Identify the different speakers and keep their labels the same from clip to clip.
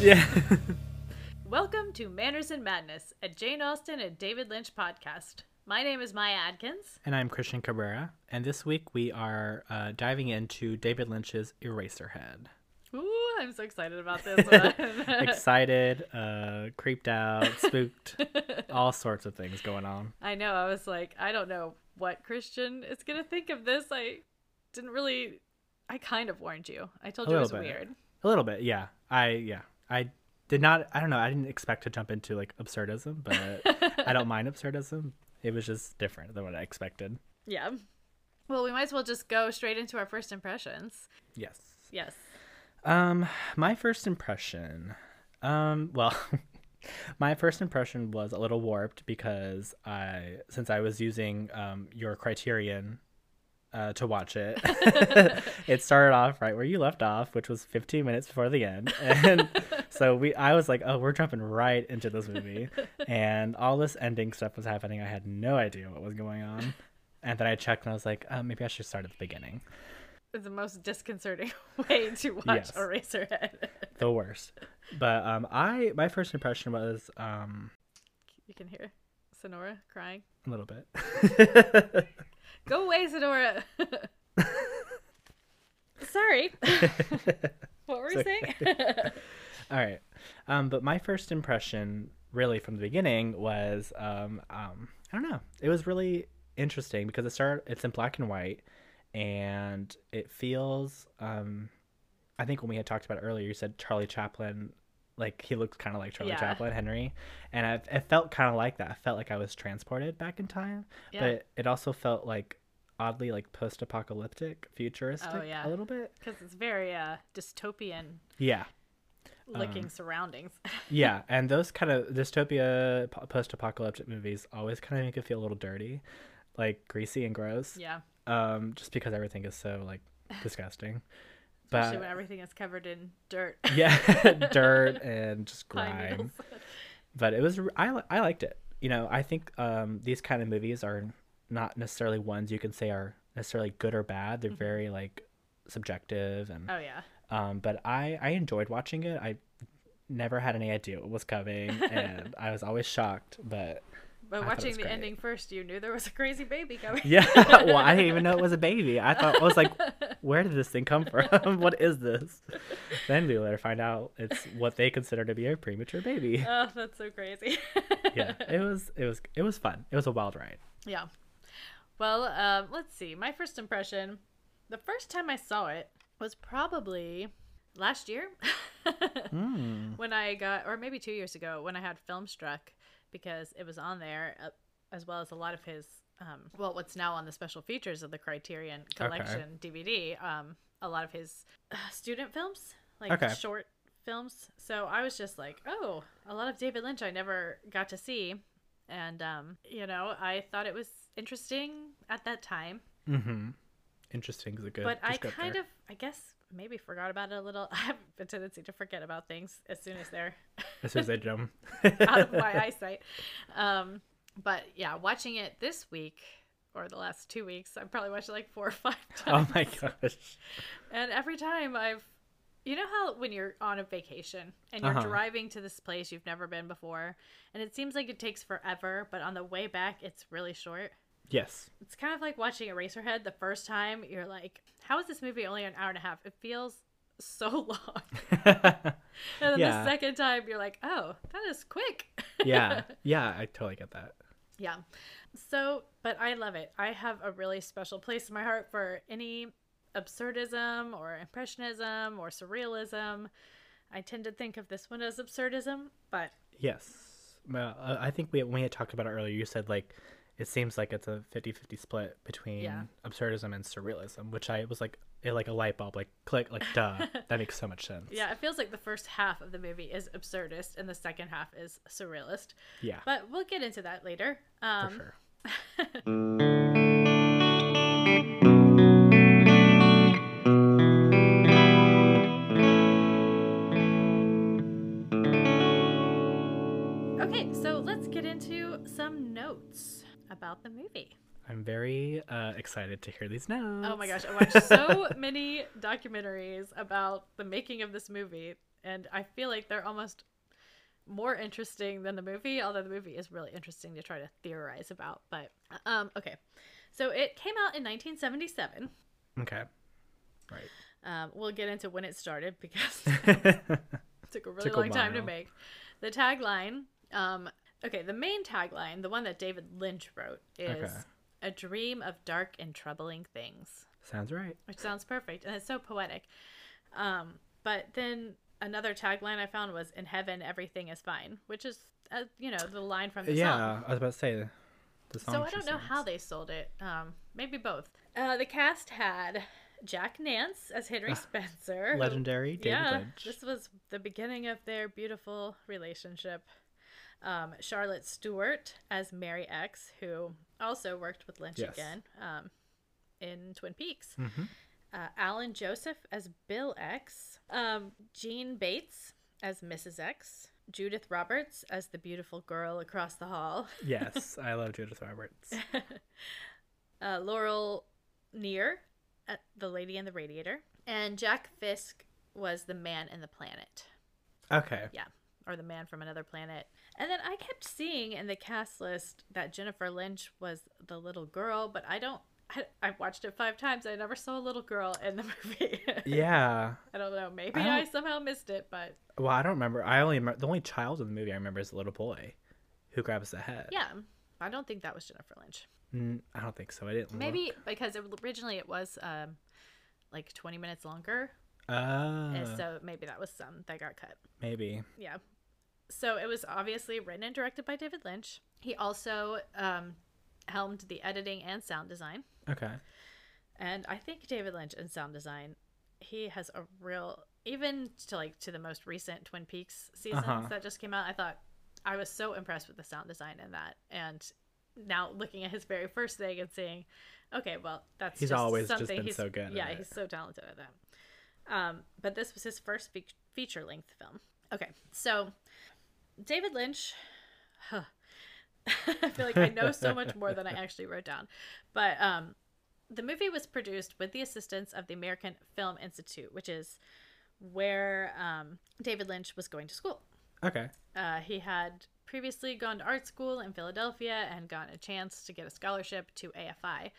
Speaker 1: Yeah.
Speaker 2: Welcome to Manners and Madness, a Jane Austen and David Lynch podcast. My name is Maya Adkins.
Speaker 1: and I'm Christian Cabrera, and this week we are uh, diving into David Lynch's Eraserhead.
Speaker 2: Ooh, I'm so excited about this one.
Speaker 1: Excited, uh, creeped out, spooked, all sorts of things going on.
Speaker 2: I know, I was like, I don't know what Christian is going to think of this. I didn't really. I kind of warned you. I told
Speaker 1: A
Speaker 2: you it was
Speaker 1: little bit.
Speaker 2: weird.
Speaker 1: A little bit, yeah. I yeah. I did not. I don't know. I didn't expect to jump into like absurdism, but I don't mind absurdism. It was just different than what I expected.
Speaker 2: Yeah. Well, we might as well just go straight into our first impressions.
Speaker 1: Yes.
Speaker 2: Yes.
Speaker 1: Um, my first impression, um, well, my first impression was a little warped because I, since I was using um your Criterion, uh, to watch it, it started off right where you left off, which was 15 minutes before the end, and so we, I was like, oh, we're jumping right into this movie, and all this ending stuff was happening. I had no idea what was going on, and then I checked and I was like, oh, maybe I should start at the beginning.
Speaker 2: The most disconcerting way to watch
Speaker 1: Yes.
Speaker 2: Eraserhead.
Speaker 1: the worst. But um, I my first impression was um
Speaker 2: you can hear Sonora crying.
Speaker 1: a little bit.
Speaker 2: Go away, Sonora. Sorry. what were we saying?
Speaker 1: All right, um, but my first impression really from the beginning was um, um I don't know. It was really interesting because it started. It's in black and white, and it feels um, I think when we had talked about it earlier, you said Charlie Chaplin. Like he looks kind of like Charlie
Speaker 2: Yeah.
Speaker 1: Chaplin, Henry, and I, it felt kind of like that. I felt like I was transported back in time,
Speaker 2: yeah,
Speaker 1: but it also felt like oddly like post-apocalyptic futuristic
Speaker 2: Oh, yeah.
Speaker 1: a little bit
Speaker 2: because it's very uh, dystopian
Speaker 1: yeah Um,
Speaker 2: looking surroundings.
Speaker 1: yeah and those kind of dystopia po- post-apocalyptic movies always kind of make it feel a little dirty like greasy and gross
Speaker 2: yeah,
Speaker 1: um just because everything is so like disgusting
Speaker 2: especially
Speaker 1: but
Speaker 2: when everything is covered in dirt.
Speaker 1: yeah dirt and just
Speaker 2: pine
Speaker 1: grime
Speaker 2: needles.
Speaker 1: but it was I, li- I liked it you know i think um these kind of movies are not necessarily ones you can say are necessarily good or bad
Speaker 2: Mm-hmm.
Speaker 1: they're very like subjective and
Speaker 2: Oh yeah,
Speaker 1: um, but I I enjoyed watching it. I never had any idea what was coming, and I was always shocked. But
Speaker 2: but
Speaker 1: it
Speaker 2: watching
Speaker 1: was
Speaker 2: the
Speaker 1: great.
Speaker 2: ending first, you knew there was a crazy baby coming.
Speaker 1: yeah, well, I didn't even know it was a baby. I thought I was like, where did this thing come from? what is this? Then we later find out it's what they consider to be a premature baby.
Speaker 2: Oh, that's so crazy.
Speaker 1: Yeah, it was it was it was fun. It was a wild ride.
Speaker 2: Yeah. Well, um, let's see. My first impression, the first time I saw it was probably last year when I got, or maybe two years ago when I had Filmstruck because it was on there uh, as well as a lot of his, um, well, what's now on the special features of the Criterion Collection DVD, um, a lot of his uh, student films, like
Speaker 1: Okay.
Speaker 2: short films. So I was just like, oh, a lot of David Lynch I never got to see and um, you know, I thought it was interesting at that time,
Speaker 1: Mm-hmm. Interesting is a good.
Speaker 2: but I
Speaker 1: descriptor.
Speaker 2: kind of, I guess, maybe forgot about it a little. I have a tendency to forget about things as soon as they're
Speaker 1: as soon as I jump.
Speaker 2: out of my eyesight. Um, but yeah, watching it this week or the last two weeks, I probably watched it like four or five
Speaker 1: oh
Speaker 2: times,
Speaker 1: my gosh.
Speaker 2: and every time I've. You know how when you're on a vacation and you're
Speaker 1: Uh-huh.
Speaker 2: driving to this place you've never been before, and it seems like it takes forever, but on the way back, it's really short?
Speaker 1: Yes.
Speaker 2: it's kind of like watching Eraserhead the first time. You're like, how is this movie only an hour and a half? It feels so long. And then
Speaker 1: Yeah.
Speaker 2: the second time, you're like, oh, that is quick.
Speaker 1: yeah. Yeah. I totally get that.
Speaker 2: yeah. So, but I love it. I have a really special place in my heart for any absurdism or impressionism or surrealism. I tend to think of this one as absurdism, but
Speaker 1: Yes. Well, uh, I- I think we when we had talked about it earlier, you said like it seems like it's a 50-50 split between
Speaker 2: Yeah.
Speaker 1: absurdism and surrealism, which I was like it like a light bulb like click like duh. that makes so much sense.
Speaker 2: yeah, it feels like the first half of the movie is absurdist and the second half is surrealist.
Speaker 1: Yeah.
Speaker 2: But we'll get into that later. Um,
Speaker 1: for sure.
Speaker 2: Okay, so let's get into some notes about the movie.
Speaker 1: I'm very uh, excited to hear these notes.
Speaker 2: Oh my gosh, I watched so many documentaries about the making of this movie, and I feel like they're almost more interesting than the movie, although the movie is really interesting to try to theorize about. But um, okay, so it came out in 1977.
Speaker 1: Okay. Right.
Speaker 2: Um, we'll get into when it started because
Speaker 1: okay.
Speaker 2: it took a really
Speaker 1: Took a
Speaker 2: long time to
Speaker 1: while.
Speaker 2: make. The tagline, um, okay, the main tagline, the one that David Lynch wrote, is
Speaker 1: Okay.
Speaker 2: "A dream of dark and troubling things."
Speaker 1: Sounds right.
Speaker 2: which sounds perfect and it's so poetic. Um, but then another tagline I found was "In heaven, everything is fine," which is uh, you know the line from the
Speaker 1: yeah,
Speaker 2: song.
Speaker 1: I was about to say the song.
Speaker 2: So I
Speaker 1: she
Speaker 2: don't know
Speaker 1: sings.
Speaker 2: how they sold it. Um, maybe both. Uh, the cast had Jack Nance as Henry Spencer. who-
Speaker 1: Ah, legendary David
Speaker 2: yeah,
Speaker 1: Lynch.
Speaker 2: this was the beginning of their beautiful relationship. Um, Charlotte Stewart as Mary X, who also worked with Lynch
Speaker 1: Yes.
Speaker 2: again um, in Twin Peaks.
Speaker 1: Mhm.
Speaker 2: Uh, Alan Joseph as Bill X. Um, Jean Bates as Mrs. X. Judith Roberts as the beautiful girl across the hall.
Speaker 1: yes, I love Judith Roberts.
Speaker 2: uh, Laurel Neer, uh, the lady in the radiator. And Jack Fisk was the man in the planet.
Speaker 1: Okay.
Speaker 2: Yeah, or the man from another planet. And then I kept seeing in the cast list that Jennifer Lynch was the little girl, but I don't. I, I've watched it five times. I never saw a little girl in the movie.
Speaker 1: Yeah.
Speaker 2: I don't know. Maybe I,
Speaker 1: I don't-
Speaker 2: somehow missed it, but
Speaker 1: Well, I don't remember. I only remember, the only child in the movie I remember is the little boy, who grabs the head.
Speaker 2: yeah, I don't think that was Jennifer Lynch.
Speaker 1: Mm, I don't think so. I didn't.
Speaker 2: Maybe because it, originally it was um, like 20 minutes longer,
Speaker 1: Look.
Speaker 2: and
Speaker 1: Uh,
Speaker 2: so maybe that was some that got cut.
Speaker 1: maybe.
Speaker 2: Yeah. So it was obviously written and directed by David Lynch. He also um, helmed the editing and sound design.
Speaker 1: Okay.
Speaker 2: And I think David Lynch in sound design, he has a real even to like to the most recent Twin Peaks seasons
Speaker 1: Uh-huh.
Speaker 2: that just came out. I thought I was so impressed with the sound design in that. And now looking at his very first thing and seeing, okay, well that's
Speaker 1: He's
Speaker 2: just
Speaker 1: always just
Speaker 2: something
Speaker 1: been
Speaker 2: he's
Speaker 1: so good at
Speaker 2: Yeah,
Speaker 1: it.
Speaker 2: he's so talented at that. Um, but this was his first fe- feature length film. Okay, so David Lynch. I feel like I know so much more than I actually wrote down, but um, the movie was produced with the assistance of the American Film Institute, which is where um, David Lynch was going to school.
Speaker 1: Okay.
Speaker 2: Uh, he had previously gone to art school in Philadelphia and gotten a chance to get a scholarship to AFI.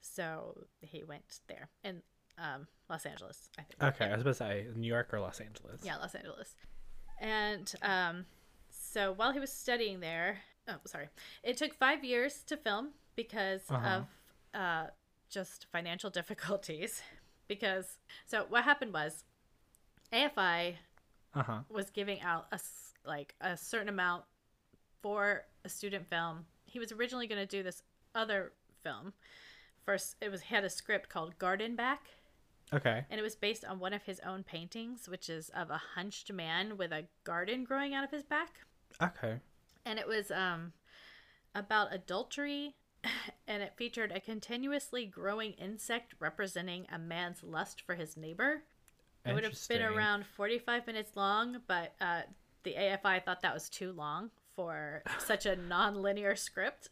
Speaker 2: So he went there in um, Los Angeles, I think.
Speaker 1: Okay. I was about to say New York or Los Angeles.
Speaker 2: Yeah, Los Angeles. And um, so while he was studying there, oh, sorry, it took five years to film because
Speaker 1: Uh-huh.
Speaker 2: of uh, just financial difficulties. Because, so what happened was AFI
Speaker 1: Uh huh.
Speaker 2: was giving out a, s- like a certain amount for a student film. He was originally going to do this other film. First, it was he had a script called Garden Back
Speaker 1: Okay.
Speaker 2: and it was based on one of his own paintings, which is of a hunched man with a garden growing out of his back.
Speaker 1: Okay.
Speaker 2: And it was um, about adultery, and it featured a continuously growing insect representing a man's lust for his neighbor. It would have been
Speaker 1: Interesting.
Speaker 2: around 45 minutes long, but uh, the AFI thought that was too long for such a non-linear script.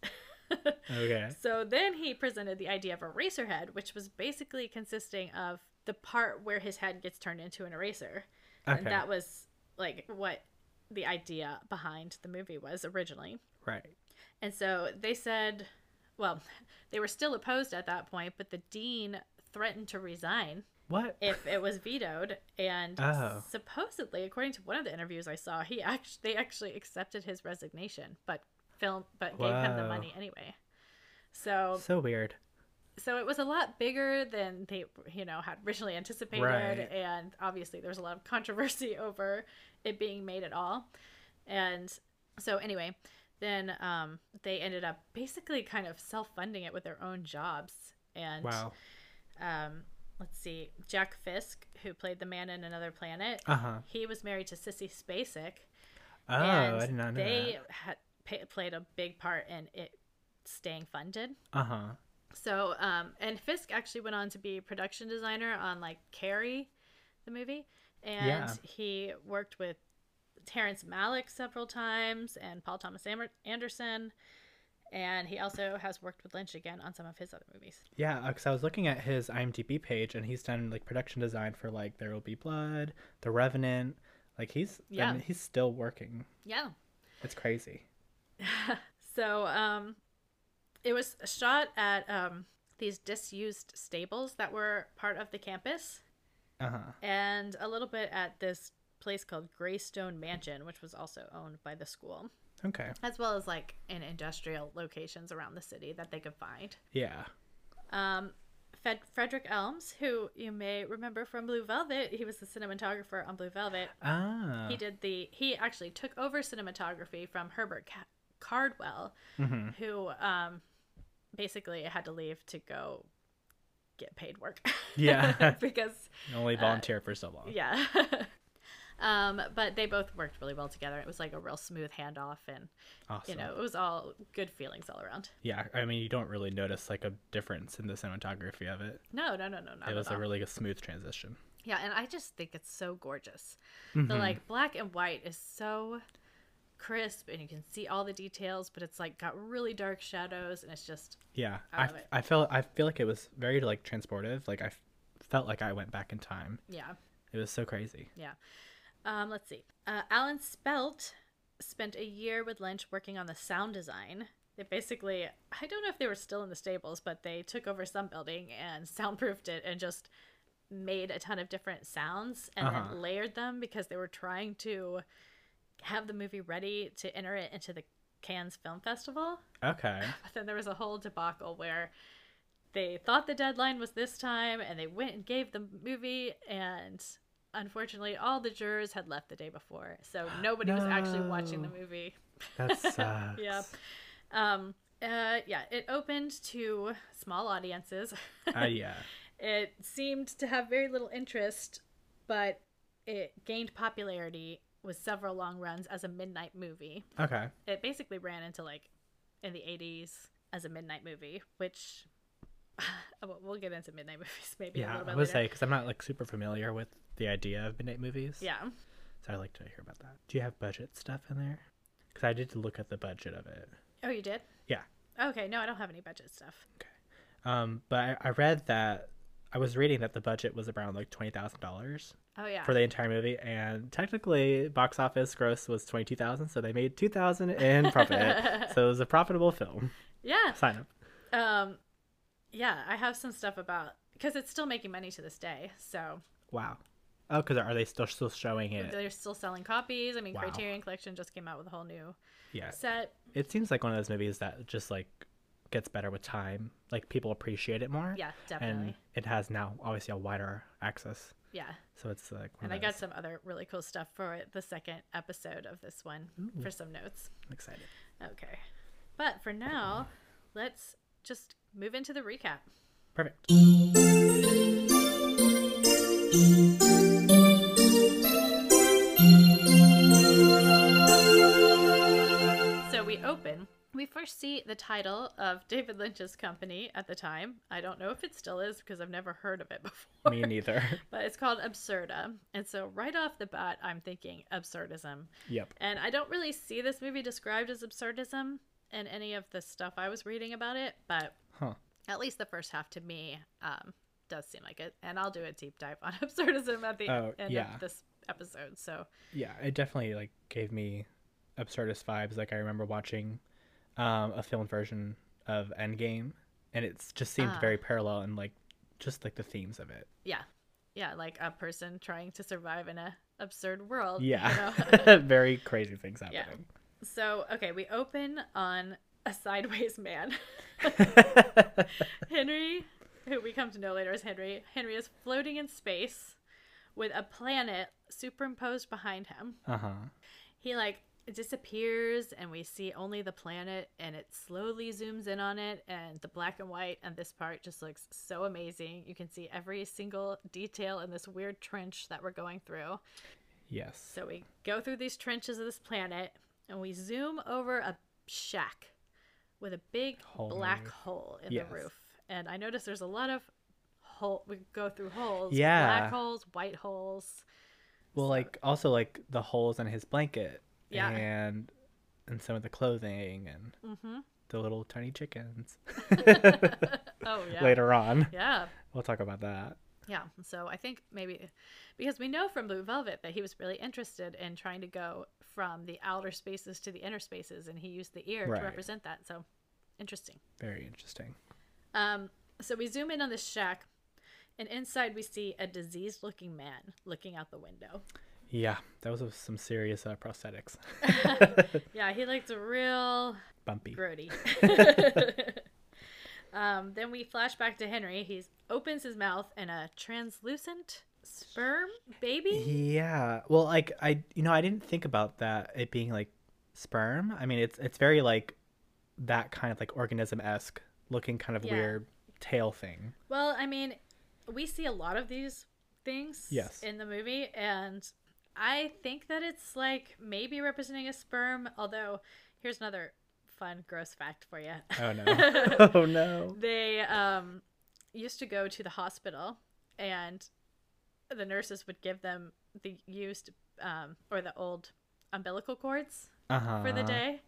Speaker 1: Okay.
Speaker 2: So then he presented the idea of eraser head, which was basically consisting of the part where his head gets turned into an eraser.
Speaker 1: Okay.
Speaker 2: And that was like what the idea behind the movie was originally.
Speaker 1: Right.
Speaker 2: And so they said, well, they were still opposed at that point, but the dean threatened to resign
Speaker 1: What?
Speaker 2: if it was vetoed and
Speaker 1: Oh.
Speaker 2: supposedly according to one of the interviews i saw he actually they actually accepted his resignation but film but gave him the
Speaker 1: Wow.
Speaker 2: money anyway so
Speaker 1: so weird.
Speaker 2: so it was a lot bigger than they you know had originally anticipated
Speaker 1: Right.
Speaker 2: and obviously there's a lot of controversy over it being made at all and so anyway then um, they ended up basically kind of self-funding it with their own jobs and
Speaker 1: Wow.
Speaker 2: um, let's see jack fisk who played the man in another planet
Speaker 1: Uh huh.
Speaker 2: he was married to sissy spacek
Speaker 1: Oh,
Speaker 2: and
Speaker 1: I did not know
Speaker 2: they had pa- played a big part in it staying funded
Speaker 1: that. Uh huh.
Speaker 2: so, um, and Fisk actually went on to be production designer on like Carrie, the movie, and
Speaker 1: Yeah.
Speaker 2: he worked with Terrence Malick several times and Paul Thomas Amer- Anderson, and he also has worked with Lynch again on some of his other movies.
Speaker 1: Yeah, because I was looking at his IMDb page, and he's done like production design for like There Will Be Blood, The Revenant, Like he's yeah,
Speaker 2: Yeah.
Speaker 1: he's still working.
Speaker 2: Yeah.
Speaker 1: It's crazy.
Speaker 2: So um, it was shot at um, these disused stables that were part of the campus,
Speaker 1: Uh huh.
Speaker 2: and a little bit at this place called Greystone Mansion, which was also owned by the school,
Speaker 1: Okay.
Speaker 2: as well as like in industrial locations around the city that they could find.
Speaker 1: Yeah.
Speaker 2: Um, Fed- Frederick Elms, who you may remember from Blue Velvet, he was the cinematographer on Blue Velvet.
Speaker 1: Ah.
Speaker 2: He did the. He actually took over cinematography from Herbert Ca- Cardwell,
Speaker 1: Mhm.
Speaker 2: who um, basically had to leave to go get paid work.
Speaker 1: Yeah.
Speaker 2: because
Speaker 1: Only volunteer for so long.
Speaker 2: yeah. um, but they both worked really well together. It was like a real smooth handoff, and
Speaker 1: awesome.
Speaker 2: you know, it was all good feelings all around.
Speaker 1: Yeah. I mean, you don't really notice like a difference in the cinematography of it.
Speaker 2: No, no, no, no, no.
Speaker 1: It was a really good, smooth transition.
Speaker 2: Yeah, and I just think it's so gorgeous.
Speaker 1: Mm-hmm.
Speaker 2: The like black and white is so crisp and you can see all the details, but it's like got really dark shadows and it's just
Speaker 1: Yeah.
Speaker 2: I
Speaker 1: I,
Speaker 2: love it.
Speaker 1: I feel I feel like it was very like transportive. Like I f- felt like I went back in time.
Speaker 2: yeah,
Speaker 1: It was so crazy.
Speaker 2: yeah. Um, let's see. Uh, Alan Spelt spent a year with Lynch working on the sound design. They basically, I don't know if they were still in the stables, but they took over some building and soundproofed it and just made a ton of different sounds and
Speaker 1: Uh-huh.
Speaker 2: then layered them because they were trying to have the movie ready to enter it into the Cannes Film Festival.
Speaker 1: Okay.
Speaker 2: But then there was a whole debacle where they thought the deadline was this time and they went and gave the movie and unfortunately all the jurors had left the day before. So nobody was actually watching the
Speaker 1: No.
Speaker 2: movie.
Speaker 1: That sucks.
Speaker 2: Yeah. Um uh yeah, it opened to small audiences.
Speaker 1: Uh, yeah.
Speaker 2: it seemed to have very little interest, but it gained popularity with several long runs as a midnight movie
Speaker 1: Okay.
Speaker 2: it basically ran into like in the 80s as a midnight movie which we'll- we'll get into midnight movies maybe a
Speaker 1: Yeah.
Speaker 2: little
Speaker 1: I
Speaker 2: bit
Speaker 1: would
Speaker 2: later
Speaker 1: say because I'm not like super familiar with the idea of midnight movies.
Speaker 2: yeah
Speaker 1: So I'd like to hear about that. Do you have budget stuff in there? Because I did look at the budget of it.
Speaker 2: oh you did
Speaker 1: Yeah.
Speaker 2: okay no i don't have any budget stuff
Speaker 1: Um, but I, I read that I was reading that the budget was around like twenty thousand dollars
Speaker 2: oh yeah
Speaker 1: for the entire movie, and technically box office gross was twenty two thousand, so they made two thousand in profit. so it was a profitable film.
Speaker 2: yeah
Speaker 1: Sign up.
Speaker 2: um yeah i have some stuff about because it's still making money to this day so
Speaker 1: Wow. Oh, because are they still still showing it?
Speaker 2: they're still selling copies i mean
Speaker 1: Wow. Uh,
Speaker 2: criterion collection just came out with a whole new
Speaker 1: Yeah.
Speaker 2: set
Speaker 1: It seems like one of those movies that just like gets better with time. Like people appreciate it more.
Speaker 2: yeah
Speaker 1: And
Speaker 2: definitely
Speaker 1: it has now obviously a wider access.
Speaker 2: yeah
Speaker 1: So it's like one
Speaker 2: and
Speaker 1: of
Speaker 2: i got
Speaker 1: those-
Speaker 2: some other really cool stuff for the second episode of this one for some notes
Speaker 1: I'm excited.
Speaker 2: Okay. But for now, let's just move into the recap.
Speaker 1: Perfect.
Speaker 2: So we open. We first see the title of David Lynch's company at the time. I don't know if it still is because I've never heard of it before.
Speaker 1: Me neither.
Speaker 2: But it's called Absurda. And so right off the bat, I'm thinking absurdism.
Speaker 1: yep.
Speaker 2: And I don't really see this movie described as absurdism in any of the stuff I was reading about it, but
Speaker 1: Huh.
Speaker 2: at least the first half to me um, does seem like it. And I'll do a deep dive on absurdism at the
Speaker 1: Oh,
Speaker 2: end
Speaker 1: yeah.
Speaker 2: of this episode. So
Speaker 1: yeah it definitely like gave me absurdist vibes like i remember watching um, a film version of endgame and it just seemed
Speaker 2: Ah.
Speaker 1: very parallel and like just like the themes of it
Speaker 2: yeah, yeah, like a person trying to survive in a absurd world. you
Speaker 1: yeah
Speaker 2: know?
Speaker 1: very crazy things happening
Speaker 2: so okay, we open on a sideways man, Henry, who we come to know later as Henry. Henry is floating in space with a planet superimposed behind him.
Speaker 1: uh-huh
Speaker 2: he like disappears and we see only the planet and it slowly zooms in on it and the black and white and this part just looks so amazing you can see every single detail in this weird trench that we're going through
Speaker 1: yes
Speaker 2: so we go through these trenches of this planet and we zoom over a shack with a big
Speaker 1: Hole in the
Speaker 2: black
Speaker 1: roof.
Speaker 2: hole in
Speaker 1: Yes.
Speaker 2: the roof and i notice there's a lot of hole we go through holes
Speaker 1: Yeah.
Speaker 2: black holes white holes
Speaker 1: well like also like the holes in his blanket
Speaker 2: Yeah.
Speaker 1: and and some of the clothing and
Speaker 2: mm-hmm.
Speaker 1: the little tiny chickens
Speaker 2: oh yeah
Speaker 1: later on
Speaker 2: yeah
Speaker 1: we'll talk about that
Speaker 2: Yeah. So I think maybe because we know from Blue Velvet that he was really interested in trying to go from the outer spaces to the inner spaces, and he used the ear
Speaker 1: Right.
Speaker 2: to represent that. So interesting.
Speaker 1: Very interesting.
Speaker 2: Um, so we zoom in on this shack, and inside we see a diseased looking man looking out the window.
Speaker 1: Yeah, that was some serious uh, prosthetics.
Speaker 2: Yeah, he looked real
Speaker 1: Bumpy.
Speaker 2: grody. um, then we flash back to Henry. He opens his mouth, and a translucent sperm baby
Speaker 1: Yeah. Well, like I, you know, I didn't think about that it being like sperm. I mean, it's it's very like that kind of like organism esque looking kind of
Speaker 2: Yeah.
Speaker 1: weird tail thing.
Speaker 2: Well, I mean, we see a lot of these things
Speaker 1: Yes.
Speaker 2: in the movie, and I think that it's like maybe representing a sperm. Although, here's another fun, gross fact for you.
Speaker 1: Oh no. oh no.
Speaker 2: they um, used to go to the hospital, and the nurses would give them the used um, or the old umbilical cords
Speaker 1: Uh-huh.
Speaker 2: for the day.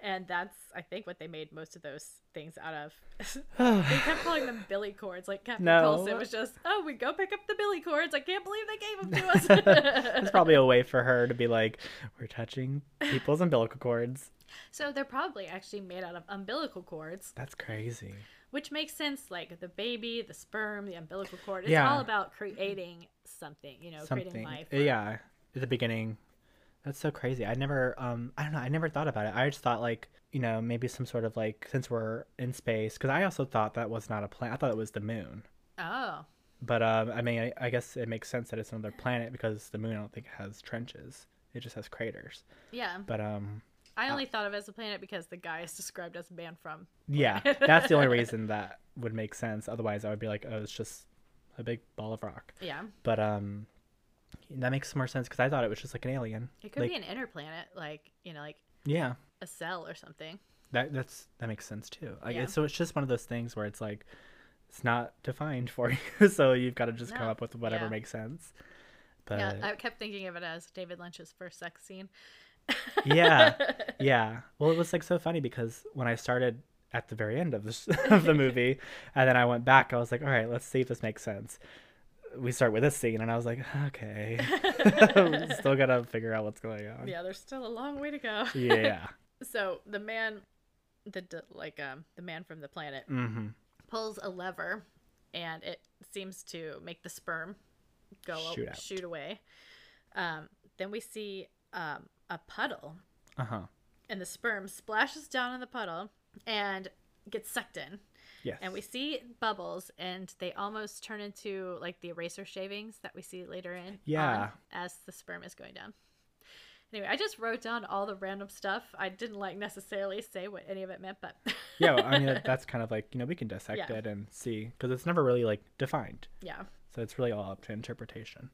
Speaker 2: And that's, I think, what they made most of those things out of. They
Speaker 1: day.
Speaker 2: kept calling them billy cords. Like Captain
Speaker 1: No.
Speaker 2: Coulson was just, oh, we go pick up the billy cords. I can't believe they gave them to
Speaker 1: It's
Speaker 2: us.
Speaker 1: probably a way for her to be like, we're touching people's umbilical cords.
Speaker 2: so they're probably actually made out of umbilical cords,
Speaker 1: That's crazy.
Speaker 2: which makes sense. Like the baby, the sperm, the umbilical cord. It's
Speaker 1: Yeah.
Speaker 2: all about creating something, you know, creating
Speaker 1: Something.
Speaker 2: life.
Speaker 1: Yeah. At the beginning. That's so crazy. I never um I don't know, I never thought about it. I just thought like, you know, maybe some sort of like since we're in space cuz I also thought that was not a planet. I thought it was the moon.
Speaker 2: Oh,
Speaker 1: But um I mean, I, I guess it makes sense that it's another planet because the moon I don't think has trenches. It just has craters.
Speaker 2: yeah.
Speaker 1: But um
Speaker 2: I only thought of it as a planet because the guy is described as a man from.
Speaker 1: yeah, that's the only reason that would make sense. Otherwise, I would be like, oh, it's just a big ball of rock.
Speaker 2: Yeah.
Speaker 1: But um that makes more sense cuz I thought it was just like an alien.
Speaker 2: It could
Speaker 1: Like-
Speaker 2: be an inner planet, like, you know, like
Speaker 1: Yeah.
Speaker 2: a cell or something.
Speaker 1: That that's that makes sense too. Like,
Speaker 2: Yeah.
Speaker 1: it's, so it's just one of those things where it's like it's not defined for you, so you've got to just come
Speaker 2: No,
Speaker 1: up with whatever
Speaker 2: yeah.
Speaker 1: makes sense. But
Speaker 2: yeah.
Speaker 1: yeah,
Speaker 2: I kept thinking of it as David Lynch's first sex scene.
Speaker 1: yeah, Well, it was like so funny because when I started at the very end of the of the movie, and then I went back, I was like, all right, let's see if this makes sense. We start with this scene, and I was like, okay, still gotta figure out what's going on.
Speaker 2: Yeah, there's still a long way to go.
Speaker 1: yeah.
Speaker 2: so the man, the d- like um the man from the planet
Speaker 1: Mm-hmm.
Speaker 2: pulls a lever, and it seems to make the sperm go a-
Speaker 1: Shoot out.
Speaker 2: shoot away. Um, then we see um a puddle,
Speaker 1: Uh huh.
Speaker 2: and the sperm splashes down in the puddle and gets sucked in.
Speaker 1: Yes.
Speaker 2: And we see bubbles, and they almost turn into like the eraser shavings that we see later in. on
Speaker 1: Yeah.
Speaker 2: as the sperm is going down. Anyway, I just wrote down all the random stuff. I didn't like necessarily say what any of it meant, but
Speaker 1: yeah, well, I mean that, that's kind of like you know we can dissect
Speaker 2: Yeah.
Speaker 1: it and see because it's never really like defined,
Speaker 2: yeah.
Speaker 1: so it's really all up to interpretation.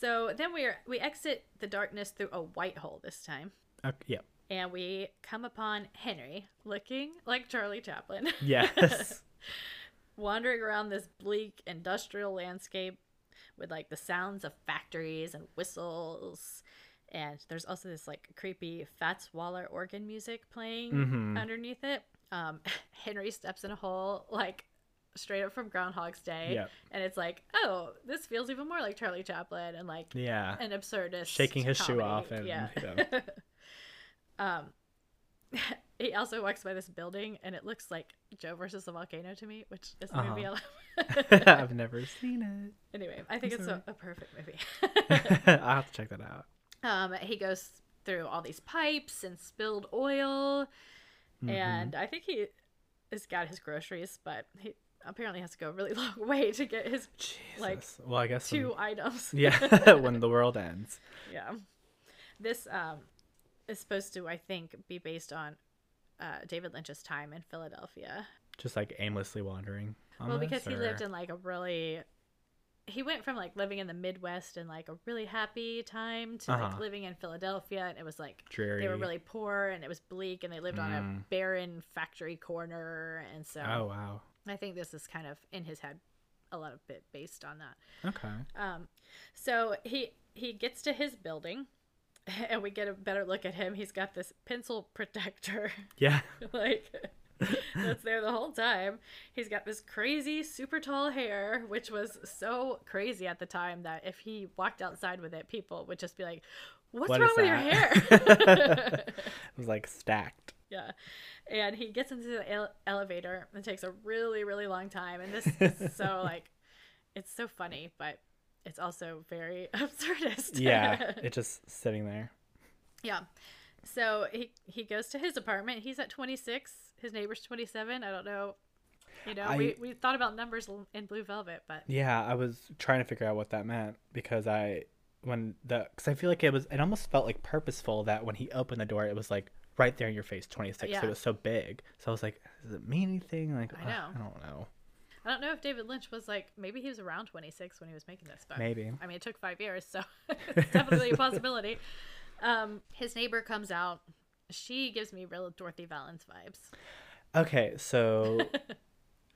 Speaker 2: So then we are we exit the darkness through a white hole this time,
Speaker 1: Okay, yeah.
Speaker 2: and we come upon Henry looking like Charlie Chaplin,
Speaker 1: Yes.
Speaker 2: wandering around this bleak industrial landscape with like the sounds of factories and whistles. And there's also this like creepy Fats Waller organ music playing
Speaker 1: hmm
Speaker 2: underneath it. Um, Henry steps in a hole, like straight up from Groundhog's Day,
Speaker 1: Yep.
Speaker 2: and it's like, oh, this feels even more like Charlie Chaplin and like
Speaker 1: Yeah.
Speaker 2: an absurdist
Speaker 1: Shaking his shoe
Speaker 2: comedy.
Speaker 1: off and
Speaker 2: yeah.
Speaker 1: yeah.
Speaker 2: Um, he also walks by this building, and it looks like Joe versus the volcano to me, which is a movie
Speaker 1: Uh-huh.
Speaker 2: I love.
Speaker 1: I've never seen
Speaker 2: anyway, I think
Speaker 1: I'm
Speaker 2: it's
Speaker 1: sorry.
Speaker 2: a, a perfect movie.
Speaker 1: it. I'll have to check that out.
Speaker 2: um, he goes through all these pipes and spilled oil.
Speaker 1: Mm-hmm.
Speaker 2: and I think he has got his groceries, but he apparently has to go a really long way to get his
Speaker 1: Jesus.
Speaker 2: like,
Speaker 1: well, I guess
Speaker 2: two items.
Speaker 1: When, yeah, when the world ends.
Speaker 2: yeah. This um is supposed to, I think, be based on uh, David Lynch's time in Philadelphia.
Speaker 1: Just like aimlessly wandering.
Speaker 2: well, because he lived
Speaker 1: or-
Speaker 2: in like a really he went from like living in the Midwest and like a really happy time to like
Speaker 1: Uh-huh.
Speaker 2: living in Philadelphia, and it was like
Speaker 1: dreary.
Speaker 2: they were really poor and it was bleak, and they lived on a
Speaker 1: Mm.
Speaker 2: barren factory corner, and so
Speaker 1: Oh wow.
Speaker 2: I think this is kind of in his head a little bit based on that.
Speaker 1: Okay.
Speaker 2: Um, so he he gets to his building, and we get a better look at him. He's got this pencil protector,
Speaker 1: Yeah.
Speaker 2: like that's there the whole time. He's got this crazy, super tall hair, which was so crazy at the time that if he walked outside with it, people would just be like, What's
Speaker 1: What
Speaker 2: wrong
Speaker 1: is
Speaker 2: with your hair?
Speaker 1: that? It was like stacked.
Speaker 2: yeah. And he gets into the ele- elevator and takes a really, really long time. And this is so, like, it's so funny, but it's also very absurdist.
Speaker 1: Yeah, it just sitting there.
Speaker 2: Yeah. So he he goes to his apartment. He's at 26. His neighbor's 27. I don't know. You know, we,
Speaker 1: I-
Speaker 2: we thought about numbers l- in Blue Velvet, but
Speaker 1: Yeah, I was trying to figure out what that meant because I when the because I feel like it was it almost felt like purposeful that when he opened the door it was like right there in your face 26 so
Speaker 2: Yeah.
Speaker 1: it was so big so I was like does it mean anything like
Speaker 2: I
Speaker 1: ugh,
Speaker 2: know.
Speaker 1: I don't know
Speaker 2: I don't know if David Lynch was like maybe he was around 26 when he was making this. But
Speaker 1: maybe
Speaker 2: I mean, it took five years, so it's definitely a possibility. Um, his neighbor comes out. She gives me real Dorothy Valance vibes.
Speaker 1: okay so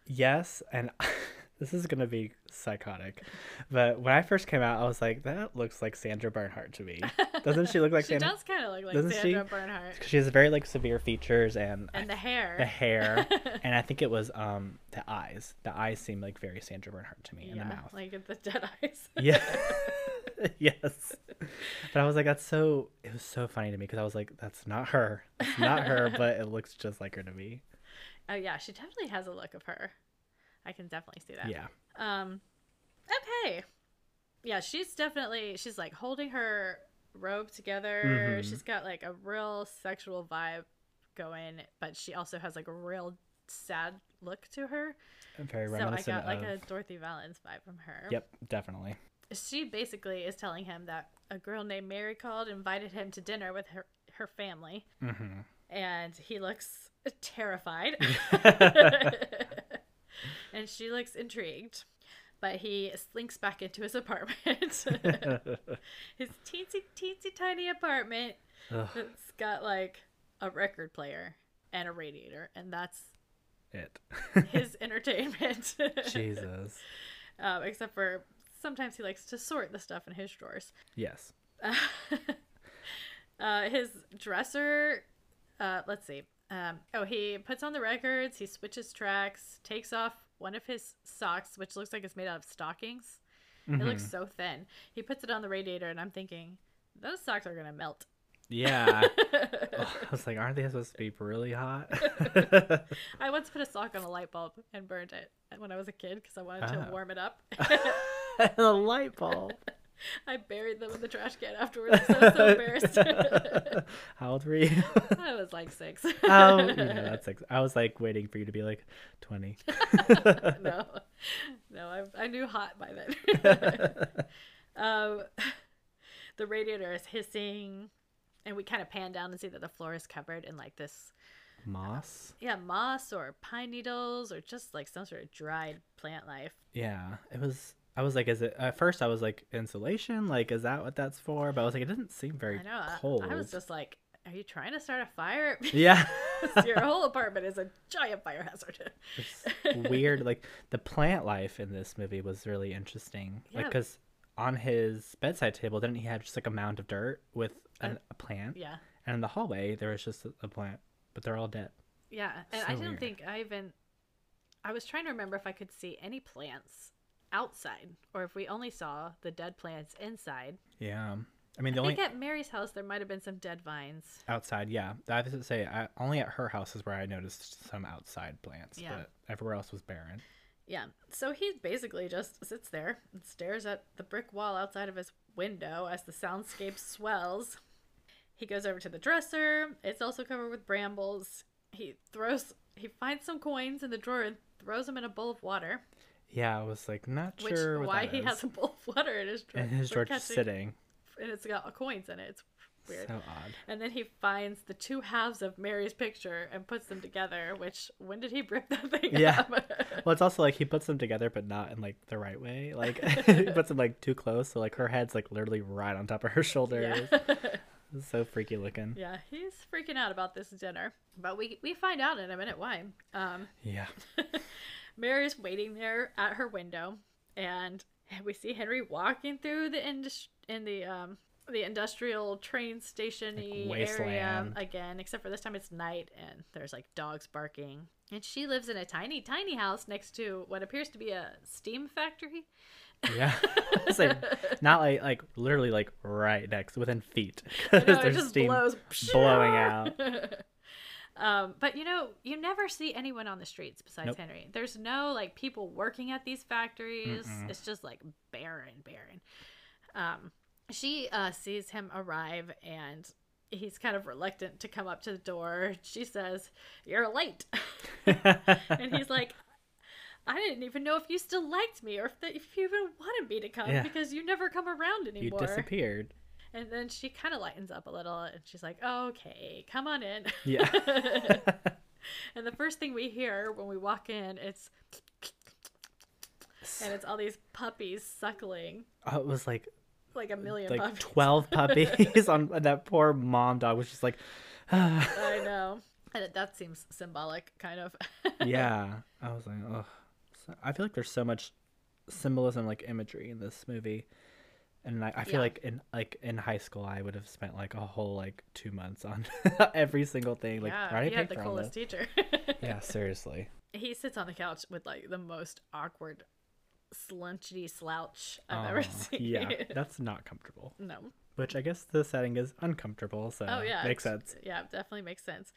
Speaker 1: yes and this is gonna be psychotic but when I first came out I was like that looks like Sandra Bernhardt to me doesn't she look like
Speaker 2: She
Speaker 1: Sandra
Speaker 2: does kind of look like
Speaker 1: doesn't she?
Speaker 2: Sandra Bernhardt,
Speaker 1: she has very like severe features and I
Speaker 2: and the
Speaker 1: the
Speaker 2: hair.
Speaker 1: hair and i think it was um the eyes the eyes seem like very sandra bernhardt to me in the
Speaker 2: yeah,
Speaker 1: mouth
Speaker 2: like the dead eyes.
Speaker 1: yeah yes but i was like that's so it was so funny to me because i was like that's not her it's not her but it looks just like her to me
Speaker 2: Oh yeah, she definitely has a look of her. I can definitely see that.
Speaker 1: yeah
Speaker 2: Um okay. Yeah, she's definitely she's like holding her robe together.
Speaker 1: Mhm.
Speaker 2: She's got like a real sexual vibe going, but she also has like a real sad look to her.
Speaker 1: very
Speaker 2: So I
Speaker 1: reminiscent
Speaker 2: got like
Speaker 1: of
Speaker 2: a Dorothy Valance vibe from her.
Speaker 1: yep definitely
Speaker 2: She basically is telling him that a girl named Mary called invited him to dinner with her her family
Speaker 1: hmm
Speaker 2: and he looks terrified. and she looks intrigued, but he slinks back into his apartment. his teensy, teensy, tiny apartment that's got like a record player and a radiator, and that's
Speaker 1: it
Speaker 2: his entertainment.
Speaker 1: jesus
Speaker 2: um, except for sometimes he likes to sort the stuff in his drawers.
Speaker 1: yes
Speaker 2: Uh, his dresser, uh, let's see. Um, oh, he puts on the records, he switches tracks, takes off one of his socks, which looks like it's made out of stockings. It
Speaker 1: Mm-hmm.
Speaker 2: looks so thin. He puts it on the radiator, and I'm thinking, those socks are going to melt.
Speaker 1: yeah Ugh, i was like aren't they supposed to be really hot
Speaker 2: I once put a sock on a light bulb and burned it when I was a kid because I wanted to
Speaker 1: Oh.
Speaker 2: warm it up.
Speaker 1: the light bulb
Speaker 2: I buried them in the trash can afterwards. 'cause I was so embarrassed.
Speaker 1: How old were you?
Speaker 2: I was like six.
Speaker 1: oh, you know, that's like, I was like waiting for you to be like 20.
Speaker 2: no, no, I, I knew hot by then. um, the radiator is hissing, and we kind of pan down and see that the floor is covered in like this,
Speaker 1: Moss?
Speaker 2: yeah, moss or pine needles or just like some sort of dried plant life.
Speaker 1: Yeah. It was, I was like, is it, at first I was like, insulation? Like, is that what that's for? But I was like, it doesn't seem very
Speaker 2: I know. I-
Speaker 1: cold.
Speaker 2: I, was just like, are you trying to start a fire?
Speaker 1: yeah.
Speaker 2: Your whole apartment is a giant fire hazard.
Speaker 1: It's weird. Like, the plant life in this movie was really interesting. Like,
Speaker 2: Yeah.
Speaker 1: because on his bedside table, didn't he have just like a mound of dirt with an, a plant?
Speaker 2: Uh, yeah.
Speaker 1: And in the hallway, there was just a, a plant, but they're all dead.
Speaker 2: Yeah, and
Speaker 1: So
Speaker 2: I didn't
Speaker 1: weird.
Speaker 2: think I even. I was trying to remember if I could see any plants outside, or if we only saw the dead plants inside.
Speaker 1: Yeah. I mean, the
Speaker 2: I
Speaker 1: only
Speaker 2: think at Mary's house there might have been some dead vines.
Speaker 1: outside, yeah. I have to say, I, only at her house is where I noticed some outside plants,
Speaker 2: Yeah.
Speaker 1: but everywhere else was barren.
Speaker 2: Yeah, so he basically just sits there and stares at the brick wall outside of his window as the soundscape swells. He goes over to the dresser. It's also covered with brambles. He throws. He finds some coins in the drawer and throws them in a bowl of water.
Speaker 1: Yeah, I was like, not
Speaker 2: Which
Speaker 1: sure what
Speaker 2: why
Speaker 1: that
Speaker 2: he
Speaker 1: is.
Speaker 2: has a bowl of water in his drawer.
Speaker 1: and his
Speaker 2: We're
Speaker 1: George
Speaker 2: catching-
Speaker 1: sitting.
Speaker 2: and it's got coins in it. It's weird.
Speaker 1: So odd.
Speaker 2: and then he finds the two halves of Mary's picture and puts them together. Which when did he rip that thing?
Speaker 1: Yeah.
Speaker 2: up?
Speaker 1: Well, it's also like he puts them together, but not in like the right way. Like he puts them like too close, so like her head's like literally right on top of her shoulders.
Speaker 2: yeah.
Speaker 1: It's so freaky looking.
Speaker 2: yeah, he's freaking out about this dinner, but we we find out in a minute why. Um,
Speaker 1: Yeah.
Speaker 2: Mary's waiting there at her window, and we see Henry walking through the indus- in the um the industrial train stationy
Speaker 1: Like
Speaker 2: area
Speaker 1: wasteland.
Speaker 2: again, except for this time it's night and there's like dogs barking. And she lives in a tiny, tiny house next to what appears to be a steam factory.
Speaker 1: Yeah. it's like not like like literally like right next within feet.
Speaker 2: I know, it
Speaker 1: There's
Speaker 2: just
Speaker 1: steam
Speaker 2: blows
Speaker 1: blowing out.
Speaker 2: Um, but you know, you never see anyone on the streets besides
Speaker 1: Nope.
Speaker 2: Henry. There's no like people working at these factories.
Speaker 1: Mm-mm.
Speaker 2: It's just like barren, barren. Um, she uh, sees him arrive and he's kind of reluctant to come up to the door. She says, You're late. and he's like, I didn't even know if you still liked me or if, that if you even wanted me to come
Speaker 1: Yeah.
Speaker 2: because you never come around
Speaker 1: you
Speaker 2: anymore.
Speaker 1: disappeared.
Speaker 2: And then she kind of lightens up a little and she's like, okay, come on in.
Speaker 1: Yeah.
Speaker 2: and the first thing we hear when we walk in, it's and it's all these puppies suckling
Speaker 1: Oh, it was like
Speaker 2: like a million
Speaker 1: like
Speaker 2: puppies.
Speaker 1: 12 puppies on and that poor mom dog was just like
Speaker 2: I know. And it, that seems symbolic, kind of.
Speaker 1: yeah. I was like, oh, I feel like there's so much symbolism, like imagery in this movie, and I, I feel
Speaker 2: Yeah.
Speaker 1: like in like in high school, I would have spent like a whole like two months on every single thing. Like,
Speaker 2: yeah,
Speaker 1: why did
Speaker 2: he
Speaker 1: I
Speaker 2: had
Speaker 1: pick
Speaker 2: the
Speaker 1: from
Speaker 2: coolest
Speaker 1: this?
Speaker 2: teacher.
Speaker 1: Yeah, seriously.
Speaker 2: he sits on the couch with like the most awkward slunchy slouch I've ever
Speaker 1: Oh,
Speaker 2: seen.
Speaker 1: yeah, that's not comfortable.
Speaker 2: no.
Speaker 1: Which I guess the setting is uncomfortable, so
Speaker 2: Oh yeah,
Speaker 1: makes
Speaker 2: it's-
Speaker 1: sense.
Speaker 2: Yeah, it definitely makes sense.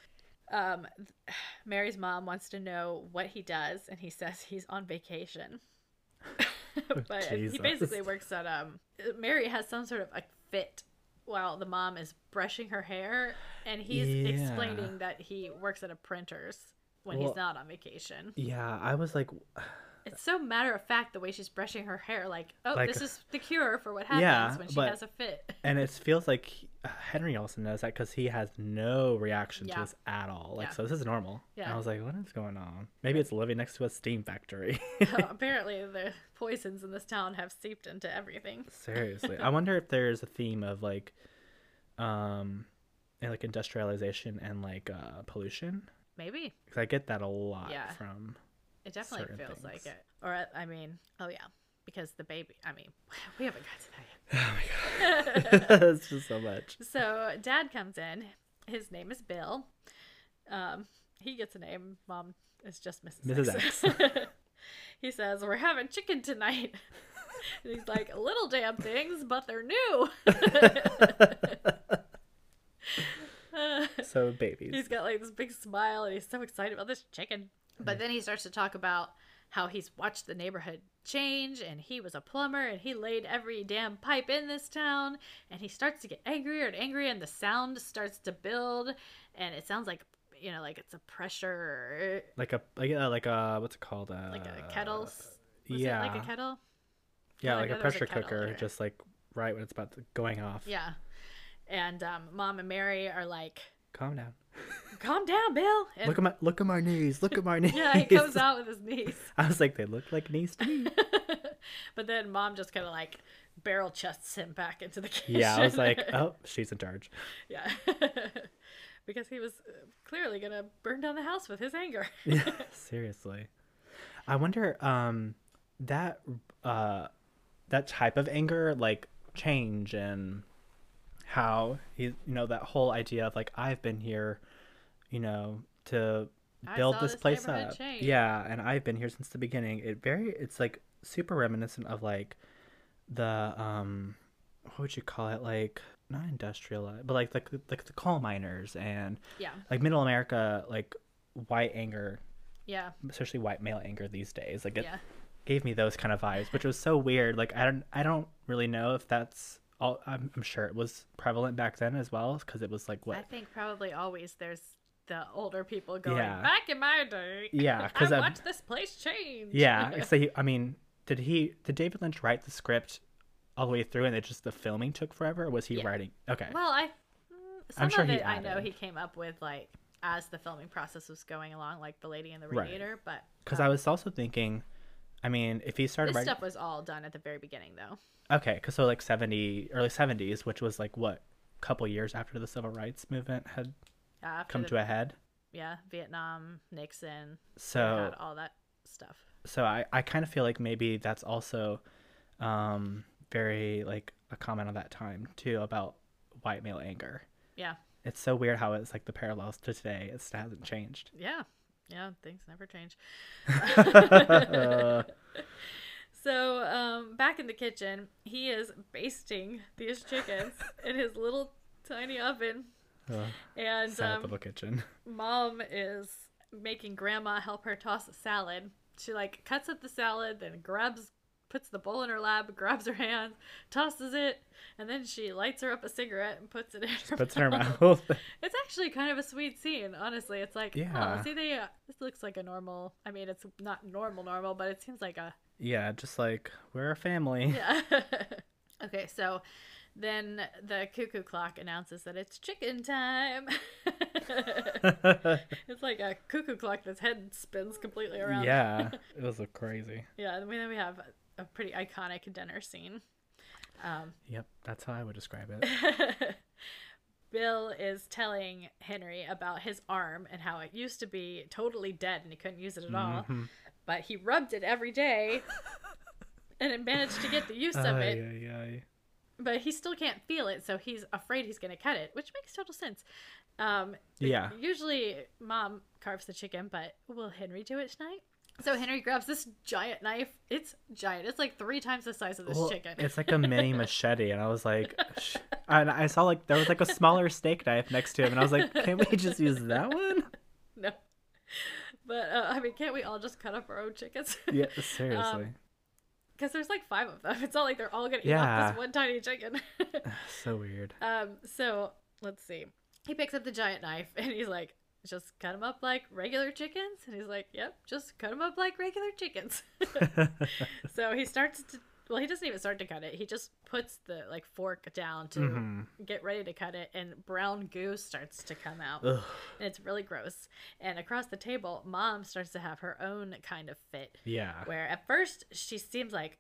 Speaker 2: Um, th- Mary's mom wants to know what he does, and he says he's on vacation. but he
Speaker 1: Jesus.
Speaker 2: basically works at um. Mary has some sort of a fit while the mom is brushing her hair, and he's
Speaker 1: Yeah.
Speaker 2: explaining that he works at a printer's when
Speaker 1: Well-
Speaker 2: he's not on vacation.
Speaker 1: Yeah, I was like,
Speaker 2: It's so matter of fact the way she's brushing her hair, like, oh,
Speaker 1: Like-
Speaker 2: this is the cure for what happens
Speaker 1: Yeah,
Speaker 2: when she
Speaker 1: but-
Speaker 2: has a fit.
Speaker 1: and it feels like he- uh, Henry also knows that because he has no reaction to
Speaker 2: Yeah.
Speaker 1: this at all. Like,
Speaker 2: Yeah.
Speaker 1: so this is normal. And
Speaker 2: Yeah.
Speaker 1: I was like, what is going on? Maybe it's living next to a steam factory.
Speaker 2: Apparently, the poisons in this town have seeped into everything.
Speaker 1: Seriously, I wonder if there's a theme of like, um, and like industrialization and like uh, pollution
Speaker 2: Maybe
Speaker 1: because I get that a lot
Speaker 2: Yeah.
Speaker 1: from.
Speaker 2: it definitely
Speaker 1: Certain
Speaker 2: feels like
Speaker 1: things.
Speaker 2: it. Or uh, I mean, oh yeah, because the baby. I mean, we haven't got to that yet.
Speaker 1: Oh my god, it's just so much.
Speaker 2: So dad comes in. His name is Bill. Um, he gets a name. Mom is just Mrs.
Speaker 1: Mrs.
Speaker 2: he says, "We're having chicken tonight." and he's like, "Little damn things, but they're new."
Speaker 1: So babies.
Speaker 2: He's got like this big smile and he's so excited about this chicken. But then he starts to talk about how he's watched the neighborhood change and he was a plumber and he laid every damn pipe in this town and he starts to get angrier and angrier and the sound starts to build and it sounds like you know like it's a pressure
Speaker 1: like a like a like a what's it called? Uh,
Speaker 2: like a kettle s- was
Speaker 1: yeah,
Speaker 2: it like a kettle
Speaker 1: yeah,
Speaker 2: I
Speaker 1: like a
Speaker 2: know there was a
Speaker 1: pressure
Speaker 2: kettle
Speaker 1: cooker,
Speaker 2: there.
Speaker 1: just like right when it's about to, going off.
Speaker 2: yeah and um, mom and mary are like
Speaker 1: calm down.
Speaker 2: calm down bill and
Speaker 1: look at my look at my knees. Look at my knees.
Speaker 2: yeah he comes out with his knees
Speaker 1: I was like, they look like knees to me.
Speaker 2: But then mom just kind of like barrel chests him back into the kitchen.
Speaker 1: yeah, I was like, oh, she's in charge.
Speaker 2: yeah. because he was uh, clearly going to burn down the house with his anger.
Speaker 1: Yeah, seriously. I wonder um that uh that type of anger like change and how he you know that whole idea of like I've been here, you know, to
Speaker 2: I
Speaker 1: build
Speaker 2: saw
Speaker 1: this,
Speaker 2: this
Speaker 1: place
Speaker 2: neighborhood
Speaker 1: up.
Speaker 2: change.
Speaker 1: Yeah, and I've been here since the beginning. It very it's like super reminiscent of like the um what would you call it like not industrial but like like like the coal miners and
Speaker 2: Yeah.
Speaker 1: like middle America like white anger
Speaker 2: Yeah.
Speaker 1: especially white male anger these days. Like it
Speaker 2: Yeah.
Speaker 1: gave me those kind of vibes, which was so weird. Like I don't, I don't really know if that's all. I'm, I'm sure it was prevalent back then as well, because it was like
Speaker 2: I
Speaker 1: what?
Speaker 2: think probably always there's the older people going,
Speaker 1: Yeah.
Speaker 2: back in my day.
Speaker 1: Yeah,
Speaker 2: I
Speaker 1: 'cause I'm-
Speaker 2: watched this place change.
Speaker 1: Yeah. so he, I mean, did he? Did David Lynch write the script all the way through, and it just the filming took forever? Or was he
Speaker 2: Yeah.
Speaker 1: writing? Okay.
Speaker 2: Well, I. mm, Some
Speaker 1: sure
Speaker 2: of
Speaker 1: he
Speaker 2: it I know
Speaker 1: added.
Speaker 2: he came up with like as the filming process was going along, like the lady in the
Speaker 1: Right.
Speaker 2: radiator, but uh,
Speaker 1: Because I was also thinking, I mean, if he started
Speaker 2: this
Speaker 1: writing,
Speaker 2: stuff was all done at the very beginning though.
Speaker 1: okay, because so like seventy, early seventies, which was like what, couple years after the civil rights movement had
Speaker 2: Uh, After
Speaker 1: come
Speaker 2: the,
Speaker 1: to a head.
Speaker 2: yeah, Vietnam, Nixon,
Speaker 1: So
Speaker 2: had all that stuff.
Speaker 1: so I, I kind of feel like maybe that's also um, very like a comment on that time too about white male anger.
Speaker 2: Yeah.
Speaker 1: It's so weird how it's like the parallels to today. It hasn't changed.
Speaker 2: Yeah. Yeah. Things never change.
Speaker 1: Uh,
Speaker 2: So, um, back in the kitchen, he is basting these chickens in his little tiny oven.
Speaker 1: uh,
Speaker 2: And
Speaker 1: sad
Speaker 2: um,
Speaker 1: little kitchen.
Speaker 2: mom is making grandma help her toss a salad. She like cuts up the salad, then grabs, puts the bowl in her lap, grabs her hand, tosses it, and then she lights her up a cigarette and puts it in her,
Speaker 1: Puts in her mouth.
Speaker 2: It's actually kind of a sweet scene, honestly. It's like,
Speaker 1: Yeah.
Speaker 2: oh, see, they, uh, this looks like a normal. I mean, it's not normal, normal, but it seems like a
Speaker 1: yeah, just like we're a family.
Speaker 2: yeah. okay, so then the cuckoo clock announces that it's chicken time.
Speaker 1: Yeah,
Speaker 2: it's like a cuckoo clock that's head spins completely around.
Speaker 1: it was uh, crazy.
Speaker 2: yeah, and we- then we have a pretty iconic dinner scene. Um,
Speaker 1: Yep, that's how I would describe it.
Speaker 2: Bill is telling Henry about his arm and how it used to be totally dead and he couldn't use it at all,
Speaker 1: Mhm.
Speaker 2: but he rubbed it every day and it managed to get the use of it.
Speaker 1: Ay, ay, ay.
Speaker 2: but he still can't feel it, so he's afraid he's going to cut it, which makes total sense. Um,
Speaker 1: Yeah.
Speaker 2: usually, mom carves the chicken, but will Henry do it tonight? So Henry grabs this giant knife. It's giant. It's like three times the size of this
Speaker 1: Well,
Speaker 2: chicken.
Speaker 1: It's like a mini machete, and I was like, sh- and I saw like there was like a smaller steak knife next to him, and I was like, can we just use that one?
Speaker 2: no, but uh, I mean, can't we all just cut up our own chickens?
Speaker 1: Yeah, seriously,
Speaker 2: Um, because there's like five of them. It's not like they're all going to eat up
Speaker 1: Yeah.
Speaker 2: this one tiny chicken.
Speaker 1: so weird.
Speaker 2: Um, so let's see. He picks up the giant knife and he's like, just cut them up like regular chickens. And he's like, yep, just cut them up like regular chickens. so he starts to, well, he doesn't even start to cut it. He just puts the like fork down to
Speaker 1: Mhm.
Speaker 2: get ready to cut it, and brown goo starts to come out.
Speaker 1: Ugh.
Speaker 2: And it's really gross. And across the table, mom starts to have her own kind of fit
Speaker 1: Yeah,
Speaker 2: where at first she seems like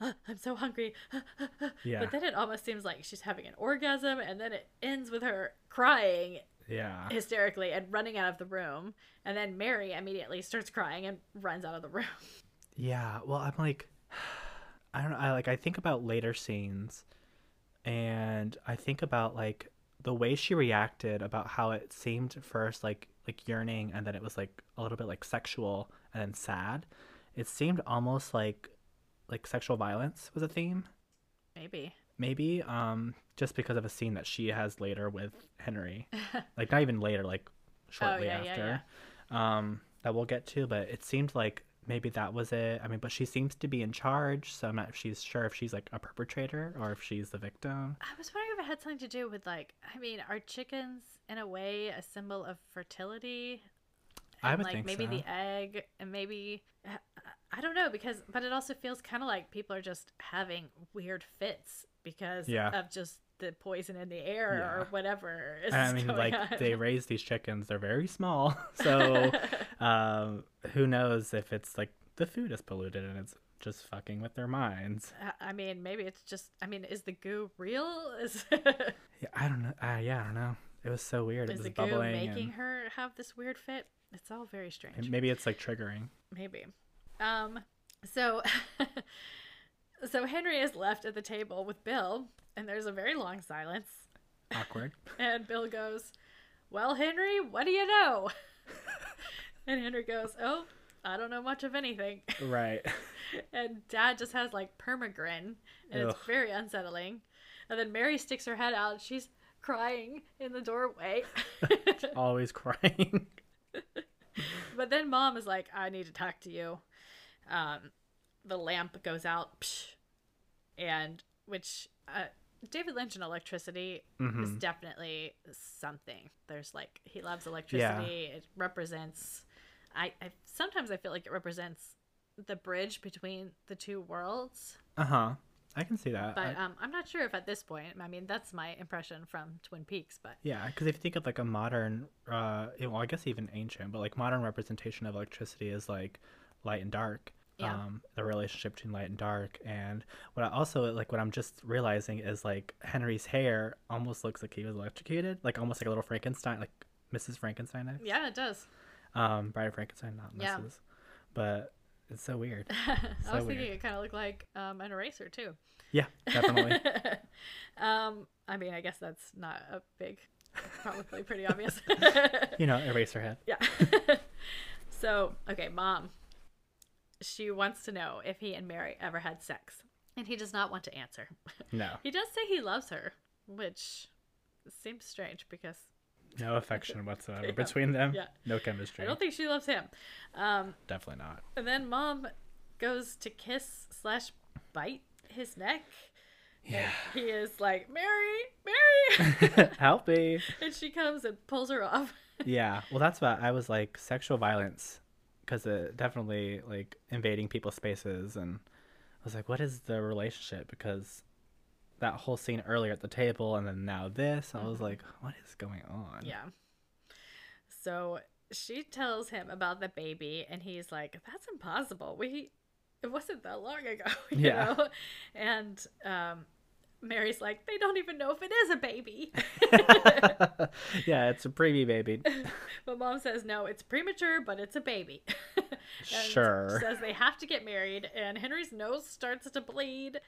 Speaker 2: "Ah, I'm so hungry.
Speaker 1: Yeah.
Speaker 2: But then it almost seems like she's having an orgasm and then it ends with her crying
Speaker 1: yeah.
Speaker 2: hysterically and running out of the room. And then Mary immediately starts crying and runs out of the room.
Speaker 1: Yeah, well, I'm like, I don't know. I like, I think about later scenes, and I think about like the way she reacted about how it seemed first like like yearning, and then it was like a little bit like sexual and then sad. It seemed almost like like sexual violence was a theme,
Speaker 2: Maybe.
Speaker 1: maybe. Um, just because of a scene that she has later with Henry, like not even later, like shortly
Speaker 2: Oh, yeah, yeah,
Speaker 1: after um, that we'll get to, but it seemed like maybe that was it. I mean, but she seems to be in charge, so I'm not she's sure if she's like a perpetrator or if she's the victim.
Speaker 2: I was wondering if it had something to do with, like, I mean, are chickens in a way a symbol of fertility?
Speaker 1: I
Speaker 2: And,
Speaker 1: would
Speaker 2: like
Speaker 1: think
Speaker 2: maybe
Speaker 1: so.
Speaker 2: the egg and maybe I- I don't know because but it also feels kind of like people are just having weird fits because
Speaker 1: Yeah.
Speaker 2: of just the poison in the air or
Speaker 1: Yeah.
Speaker 2: whatever is
Speaker 1: I mean,
Speaker 2: going
Speaker 1: like
Speaker 2: on.
Speaker 1: they raise these chickens; they're very small, so um, who knows if it's like the food is polluted and it's just fucking with their minds.
Speaker 2: I- I mean, maybe it's just. I mean, is the goo real? Is,
Speaker 1: Yeah, I don't know. Uh, yeah, I don't know. It was so weird. it
Speaker 2: is
Speaker 1: was
Speaker 2: the goo
Speaker 1: bubbling.
Speaker 2: making
Speaker 1: and-
Speaker 2: her have this weird fit? It's all very strange.
Speaker 1: and Maybe it's like triggering.
Speaker 2: Maybe. Um so so Henry is left at the table with Bill and there's a very long silence
Speaker 1: Awkward.
Speaker 2: and Bill goes, "Well, Henry, what do you know?" and Henry goes, "Oh, I don't know much of anything."
Speaker 1: right.
Speaker 2: and dad just has like permagrin and
Speaker 1: Ugh.
Speaker 2: it's very unsettling. And then Mary sticks her head out. She's crying in the doorway.
Speaker 1: Always crying.
Speaker 2: But then mom is like, I need to talk to you. Um, the lamp goes out, psh, and which uh, David Lynch and electricity is
Speaker 1: Mhm.
Speaker 2: definitely something. There's like he loves electricity. It represents. I, I sometimes I feel like it represents the bridge between the two worlds,
Speaker 1: Uh huh. I can see that. I-
Speaker 2: but um, I'm not sure if at this point. I mean, that's my impression from Twin Peaks, but
Speaker 1: Yeah, because if you think of like a modern, uh, yeah, well, I guess even ancient, but like modern representation of electricity is like light and dark.
Speaker 2: Yeah.
Speaker 1: Um, the relationship between light and dark, and what I also like, what I'm just realizing is like Henry's hair almost looks like he was electrocuted, like almost like a little Frankenstein, like Mrs. Frankenstein. is.
Speaker 2: yeah, it does.
Speaker 1: Um, Bride of Frankenstein, not Mrs.
Speaker 2: Yeah.
Speaker 1: But It's so weird. So
Speaker 2: I was
Speaker 1: weird.
Speaker 2: thinking it kind of looked like um, an eraser too.
Speaker 1: Yeah, definitely.
Speaker 2: um, I mean, I guess that's not a big, probably pretty obvious.
Speaker 1: you know, eraser head.
Speaker 2: yeah. so, okay, mom. She wants to know if he and Mary ever had sex, and he does not want to answer.
Speaker 1: No,
Speaker 2: He does say he loves her, which seems strange because
Speaker 1: no affection whatsoever
Speaker 2: Yeah.
Speaker 1: between them.
Speaker 2: Yeah.
Speaker 1: No chemistry.
Speaker 2: I don't think she loves him. Um,
Speaker 1: Definitely not.
Speaker 2: and then mom goes to kiss slash bite his neck.
Speaker 1: Yeah.
Speaker 2: He is like, Mary, Mary.
Speaker 1: Help me.
Speaker 2: and she comes and pulls her off.
Speaker 1: Yeah. Well, that's why I was like sexual violence because it definitely like invading people's spaces. And I was like, what is the relationship? Because that whole scene earlier at the table and then now this, I was like, what is going on?
Speaker 2: Mm-hmm. yeah. So she tells him about the baby, and he's like, "That's impossible. We, it wasn't that long ago, you
Speaker 1: Yeah.
Speaker 2: know." And um, Mary's like, "They don't even know if it is a baby."
Speaker 1: yeah, it's a preemie baby.
Speaker 2: But mom says, no, it's premature, but it's a baby. And
Speaker 1: Sure.
Speaker 2: Says they have to get married, and Henry's nose starts to bleed.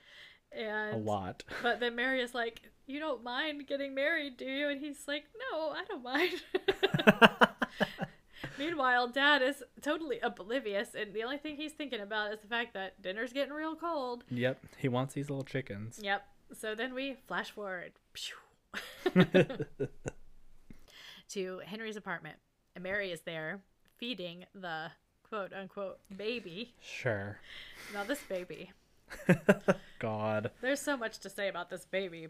Speaker 2: And
Speaker 1: A lot.
Speaker 2: But then Mary is like, you don't mind getting married, do you? And he's like, no, I don't mind. Meanwhile, dad is totally oblivious, and the only thing he's thinking about is the fact that dinner's getting real cold.
Speaker 1: Yep. He wants these little chickens.
Speaker 2: Yep. So then we flash forward Phew. to Henry's apartment. And Mary is there feeding the quote unquote baby.
Speaker 1: Sure.
Speaker 2: Now, this baby,
Speaker 1: God.
Speaker 2: there's so much to say about this baby.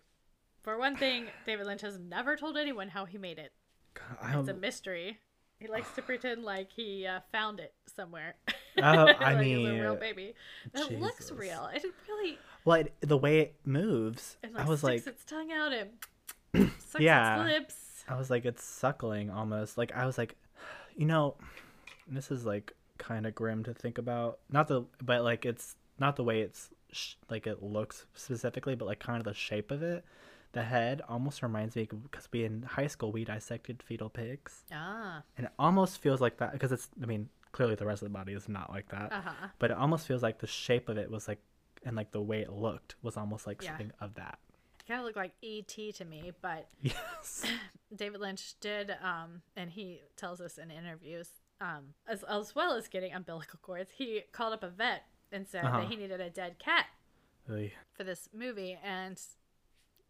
Speaker 2: For one thing, David Lynch has never told anyone how he made it,
Speaker 1: God, um,
Speaker 2: it's a
Speaker 1: I,
Speaker 2: mystery. He likes to pretend like he uh, found it somewhere.
Speaker 1: Oh, I
Speaker 2: Like
Speaker 1: mean,
Speaker 2: it's a real baby that looks
Speaker 1: Jesus.
Speaker 2: real. It really
Speaker 1: well, it, the way it moves,
Speaker 2: and like
Speaker 1: I was like,
Speaker 2: sticks its tongue out and sucks
Speaker 1: Yeah.
Speaker 2: its lips.
Speaker 1: I was like, it's suckling almost. Like I was like, you know, this is like kind of grim to think about. Not the, but like it's not the way it's sh- like it looks specifically, but like kind of the shape of it. The head almost reminds me because we in high school we dissected fetal pigs,
Speaker 2: Ah,
Speaker 1: and it almost feels like that because it's. I mean, clearly the rest of the body is not like that,
Speaker 2: uh huh.
Speaker 1: but it almost feels like the shape of it was like, and like the way it looked was almost like
Speaker 2: Yeah.
Speaker 1: something of that.
Speaker 2: kind of look like E.T. to me, but
Speaker 1: Yes.
Speaker 2: David Lynch did, um, and he tells us in interviews, um, as, as well as getting umbilical cords, he called up a vet and said
Speaker 1: Uh-huh.
Speaker 2: that he needed a dead cat
Speaker 1: Oy.
Speaker 2: for this movie, and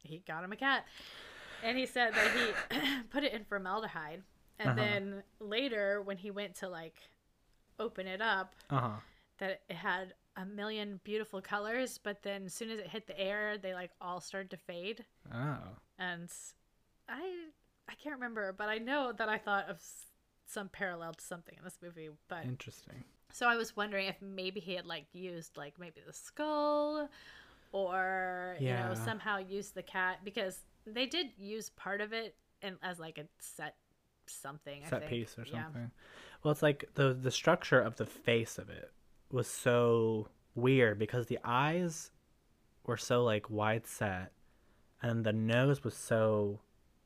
Speaker 2: he got him a cat. And he said that he put it in formaldehyde, and
Speaker 1: Uh-huh.
Speaker 2: then later when he went to like open it up,
Speaker 1: Uh-huh.
Speaker 2: that it had a million beautiful colors, but then as soon as it hit the air, they like all started to fade.
Speaker 1: Oh.
Speaker 2: and I I can't remember, but I know that I thought of s- some parallel to something in this movie. But
Speaker 1: Interesting.
Speaker 2: so I was wondering if maybe he had like used like maybe the skull, or you
Speaker 1: Yeah.
Speaker 2: know somehow used the cat because they did use part of it and as like a set something I
Speaker 1: set
Speaker 2: think.
Speaker 1: piece or
Speaker 2: Yeah.
Speaker 1: something. Well, it's like the the structure of the face of it was so weird because the eyes were so like wide set, and the nose was so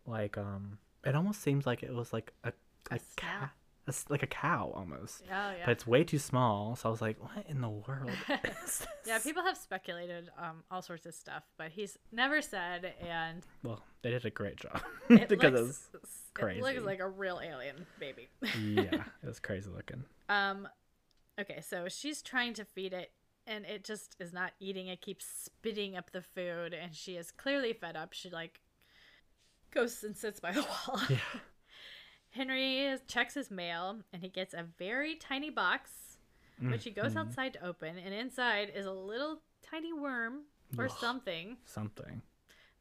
Speaker 1: like um. It almost seems like it was like a
Speaker 2: A
Speaker 1: a,
Speaker 2: snout.
Speaker 1: cow, a s like a cow almost.
Speaker 2: Oh yeah.
Speaker 1: But it's way too small, so I was like, "What in the world?" is
Speaker 2: yeah,
Speaker 1: this?"
Speaker 2: people have speculated um, all sorts of stuff, but he's never said, and
Speaker 1: Well, they did a great job
Speaker 2: it,
Speaker 1: because
Speaker 2: looks, it
Speaker 1: crazy.
Speaker 2: looks like a real alien baby.
Speaker 1: it was, yeah, it was crazy looking.
Speaker 2: Um, okay, so she's trying to feed it, and it just is not eating. It keeps spitting up the food, and she is clearly fed up. She like goes and sits by the wall.
Speaker 1: Yeah.
Speaker 2: Henry is, checks his mail, and he gets a very tiny box, which he
Speaker 1: Mm-hmm.
Speaker 2: goes outside to open, and inside is a little tiny worm or
Speaker 1: Ugh.
Speaker 2: something.
Speaker 1: Something.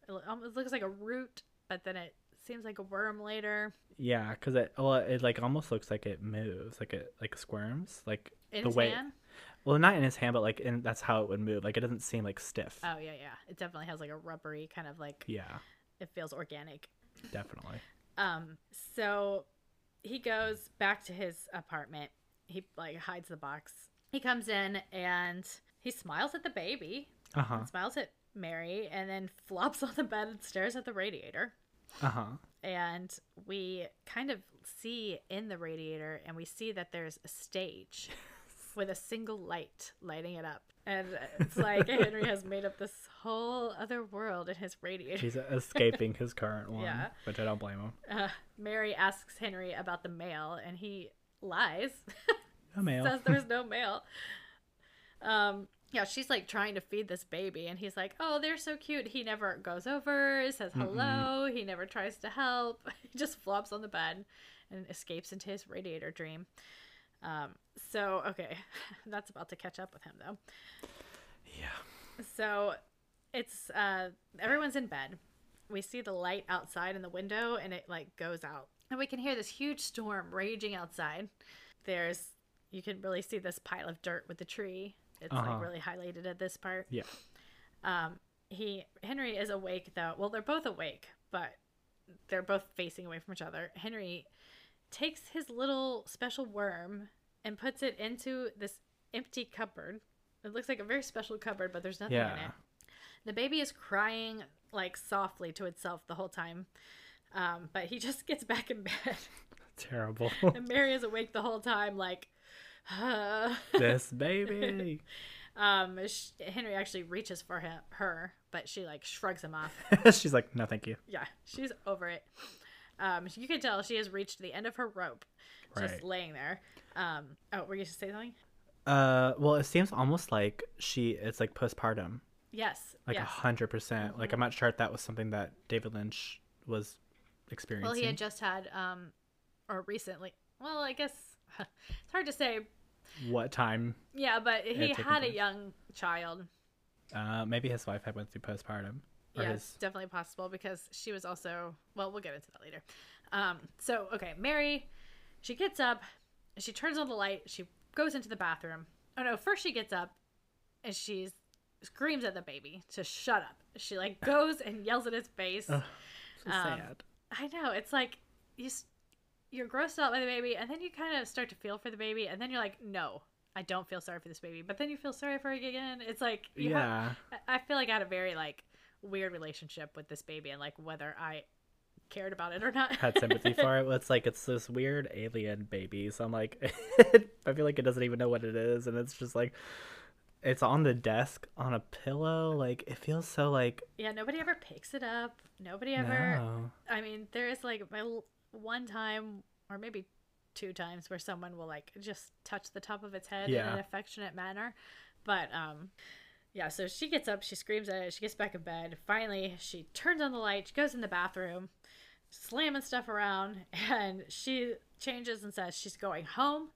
Speaker 2: It lo- almost looks like a root, but then it seems like a worm later.
Speaker 1: Yeah, because it well, it like almost looks like it moves, like it like squirms, like
Speaker 2: In
Speaker 1: the
Speaker 2: his
Speaker 1: way.
Speaker 2: hand?
Speaker 1: Well, not in his hand, but like in that's how it would move. Like it doesn't seem like stiff.
Speaker 2: Oh yeah, yeah. It definitely has like a rubbery kind of like
Speaker 1: yeah,
Speaker 2: it feels organic.
Speaker 1: definitely.
Speaker 2: Um, so he goes back to his apartment. He like hides the box. He comes in and he smiles at the baby,
Speaker 1: Uh huh.
Speaker 2: smiles at Mary, and then flops on the bed and stares at the radiator.
Speaker 1: Uh huh.
Speaker 2: And we kind of see in the radiator, and we see that there's a stage with a single light lighting it up. And it's like Henry has made up this whole other world in his radiator.
Speaker 1: He's escaping his current one,
Speaker 2: Yeah.
Speaker 1: which I don't blame him.
Speaker 2: Uh, Mary asks Henry about the mail, and he lies,
Speaker 1: No mail.
Speaker 2: says there's no mail. Um, yeah, she's like trying to feed this baby, and he's like, "Oh, they're so cute." He never goes over, says hello. He never tries to help. He just flops on the bed and escapes into his radiator dream. Um, so okay, that's about to catch up with him though.
Speaker 1: yeah.
Speaker 2: So it's uh everyone's in bed. We see the light outside in the window and it like goes out. And we can hear this huge storm raging outside. There's you can really see this pile of dirt with the tree. It's
Speaker 1: Uh-huh.
Speaker 2: like really highlighted at this part.
Speaker 1: Yeah.
Speaker 2: Um he Henry is awake though. Well, they're both awake, but they're both facing away from each other. Henry takes his little special worm and puts it into this empty cupboard. It looks like a very special cupboard, but there's nothing in
Speaker 1: Yeah.
Speaker 2: it. The baby is crying like softly to itself the whole time. Um, but he just gets back in bed.
Speaker 1: Terrible.
Speaker 2: And Mary is awake the whole time, like,
Speaker 1: this baby.
Speaker 2: um, sh Henry actually reaches for him, her, but she like shrugs him off.
Speaker 1: She's like, no, thank you.
Speaker 2: Yeah, she's over it. Um, you can tell she has reached the end of her rope,
Speaker 1: Right.
Speaker 2: just laying there. Um, oh, were you to say something?
Speaker 1: Uh, well, it seems almost like she. It's like postpartum,
Speaker 2: Yes.
Speaker 1: like a
Speaker 2: yes. Mm-hmm.
Speaker 1: hundred percent. Like I'm not sure if that was something that David Lynch was experiencing.
Speaker 2: Well, he had just had, um, or recently. Well, I guess it's hard to say.
Speaker 1: what time?
Speaker 2: Yeah, but he
Speaker 1: taking
Speaker 2: had a
Speaker 1: place.
Speaker 2: young child.
Speaker 1: Uh, maybe his wife had went through postpartum. Or
Speaker 2: yeah,
Speaker 1: his
Speaker 2: it's definitely possible because she was also. Well, we'll get into that later. Um, so okay, Mary, she gets up, she turns on the light, she goes into the bathroom. Oh no! First she gets up, and she screams at the baby to shut up. She like goes and yells at his face.
Speaker 1: so
Speaker 2: um,
Speaker 1: sad.
Speaker 2: I know it's like you, s- you're grossed out by the baby, and then you kind of start to feel for the baby, and then you're like, no. I don't feel sorry for this baby, but then you feel sorry for it again. It's like you have-
Speaker 1: Yeah.
Speaker 2: I- I feel like I had a very like weird relationship with this baby and like whether I cared about it or not.
Speaker 1: had sympathy for it. Well, It's like it's this weird alien baby. So I'm like, I feel like it doesn't even know what it is, and it's just like, it's on the desk on a pillow. Like it feels so like
Speaker 2: yeah, nobody ever picks it up. Nobody ever.
Speaker 1: no.
Speaker 2: I mean, there is like my l- one time or maybe two times where someone will like just touch the top of its head in
Speaker 1: Yeah.
Speaker 2: an affectionate manner, but um. Yeah, so she gets up, she screams at it, she gets back in bed. Finally, she turns on the light, she goes in the bathroom, slamming stuff around, and she changes and says she's going home.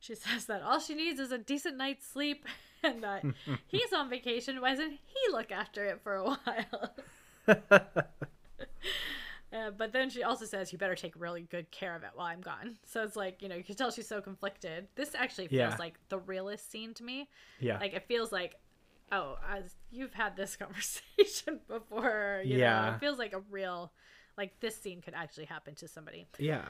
Speaker 2: She says that all she needs is a decent night's sleep and that he's on vacation. Why doesn't he look after it for a while? Uh, but then she also says, "You better take really good care of it while I'm gone." So it's like you know you can tell she's so conflicted. This actually feels
Speaker 1: Yeah.
Speaker 2: like the realest scene to me.
Speaker 1: Yeah.
Speaker 2: Like it feels like, oh, as you've had this conversation before. You Know?
Speaker 1: Yeah.
Speaker 2: It feels like a real, like this scene could actually happen to somebody
Speaker 1: yeah.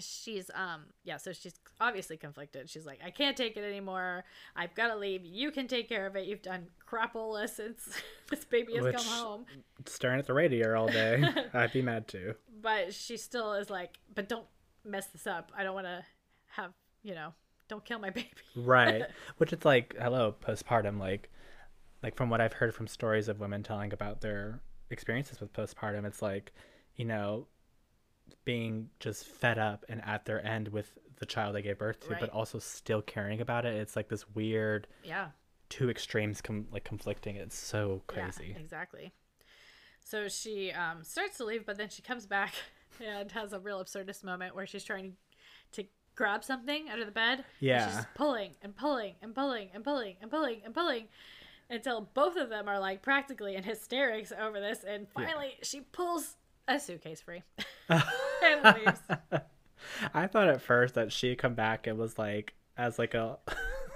Speaker 2: she's um yeah so she's obviously conflicted she's like i can't take it anymore i've got to leave you can take care of it you've done crapola since this baby has
Speaker 1: Which-
Speaker 2: come home
Speaker 1: Staring at the radiator all day. I'd be mad too.
Speaker 2: but she still is like but don't mess this up i don't want to have you know don't kill my baby
Speaker 1: Right. Which it's like, hello, postpartum. Like, like from what I've heard from stories of women telling about their experiences with postpartum, it's like, you know, being just fed up and at their end with the child they gave birth to,
Speaker 2: Right.
Speaker 1: but also still caring about it. It's like this weird
Speaker 2: yeah
Speaker 1: two extremes com- like conflicting. It's so
Speaker 2: Yeah,
Speaker 1: crazy.
Speaker 2: exactly. So she um, starts to leave, but then she comes back and has a real absurdist moment where she's trying to grab something out of the bed. and
Speaker 1: Yeah.
Speaker 2: She's just pulling and pulling and pulling and pulling and pulling and pulling until both of them are like practically in hysterics over this. And finally, she pulls a suitcase free and leaves.
Speaker 1: I thought at first that she had come back and was like, as like a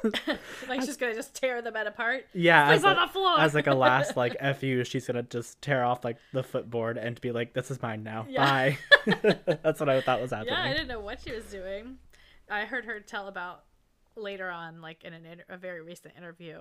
Speaker 2: Like she's going to just tear the bed apart.
Speaker 1: Yeah,
Speaker 2: Sleep
Speaker 1: as
Speaker 2: on
Speaker 1: like,
Speaker 2: the floor.
Speaker 1: as like a last like f you, she's gonna just tear off like the footboard and be like, "This is mine now."
Speaker 2: Yeah.
Speaker 1: Bye. That's what I thought was happening.
Speaker 2: Yeah, I didn't know what she was doing. I heard her tell about later on, like in an inter- a very recent interview,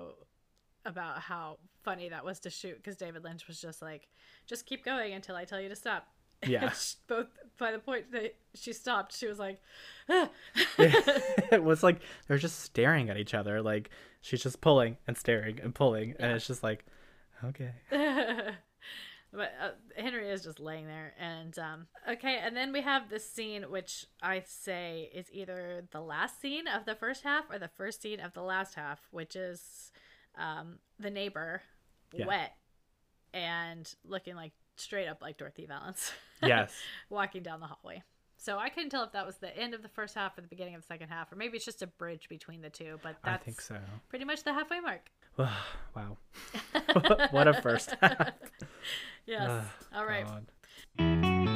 Speaker 2: about how funny that was to shoot because David Lynch was just like, "Just keep going until I tell you to stop,"
Speaker 1: Yeah.
Speaker 2: Both by the point that she stopped, she was like,
Speaker 1: it was like they're just staring at each other. Like she's just pulling and staring and pulling, and it's just like, okay.
Speaker 2: but uh, Henry is just laying there, and um, okay, and then we have this scene, which I say is either the last scene of the first half or the first scene of the last half, which is um, the neighbor
Speaker 1: Yeah.
Speaker 2: wet and looking like straight up like Dorothy Valance
Speaker 1: Yes.
Speaker 2: walking down the hallway. So I couldn't tell if that was the end of the first half or the beginning of the second half, or maybe it's just a bridge between the two. But
Speaker 1: I
Speaker 2: that's
Speaker 1: think so.
Speaker 2: pretty much the halfway mark.
Speaker 1: wow. what a first half.
Speaker 2: Yes.
Speaker 1: Ugh,
Speaker 2: All right.
Speaker 1: God.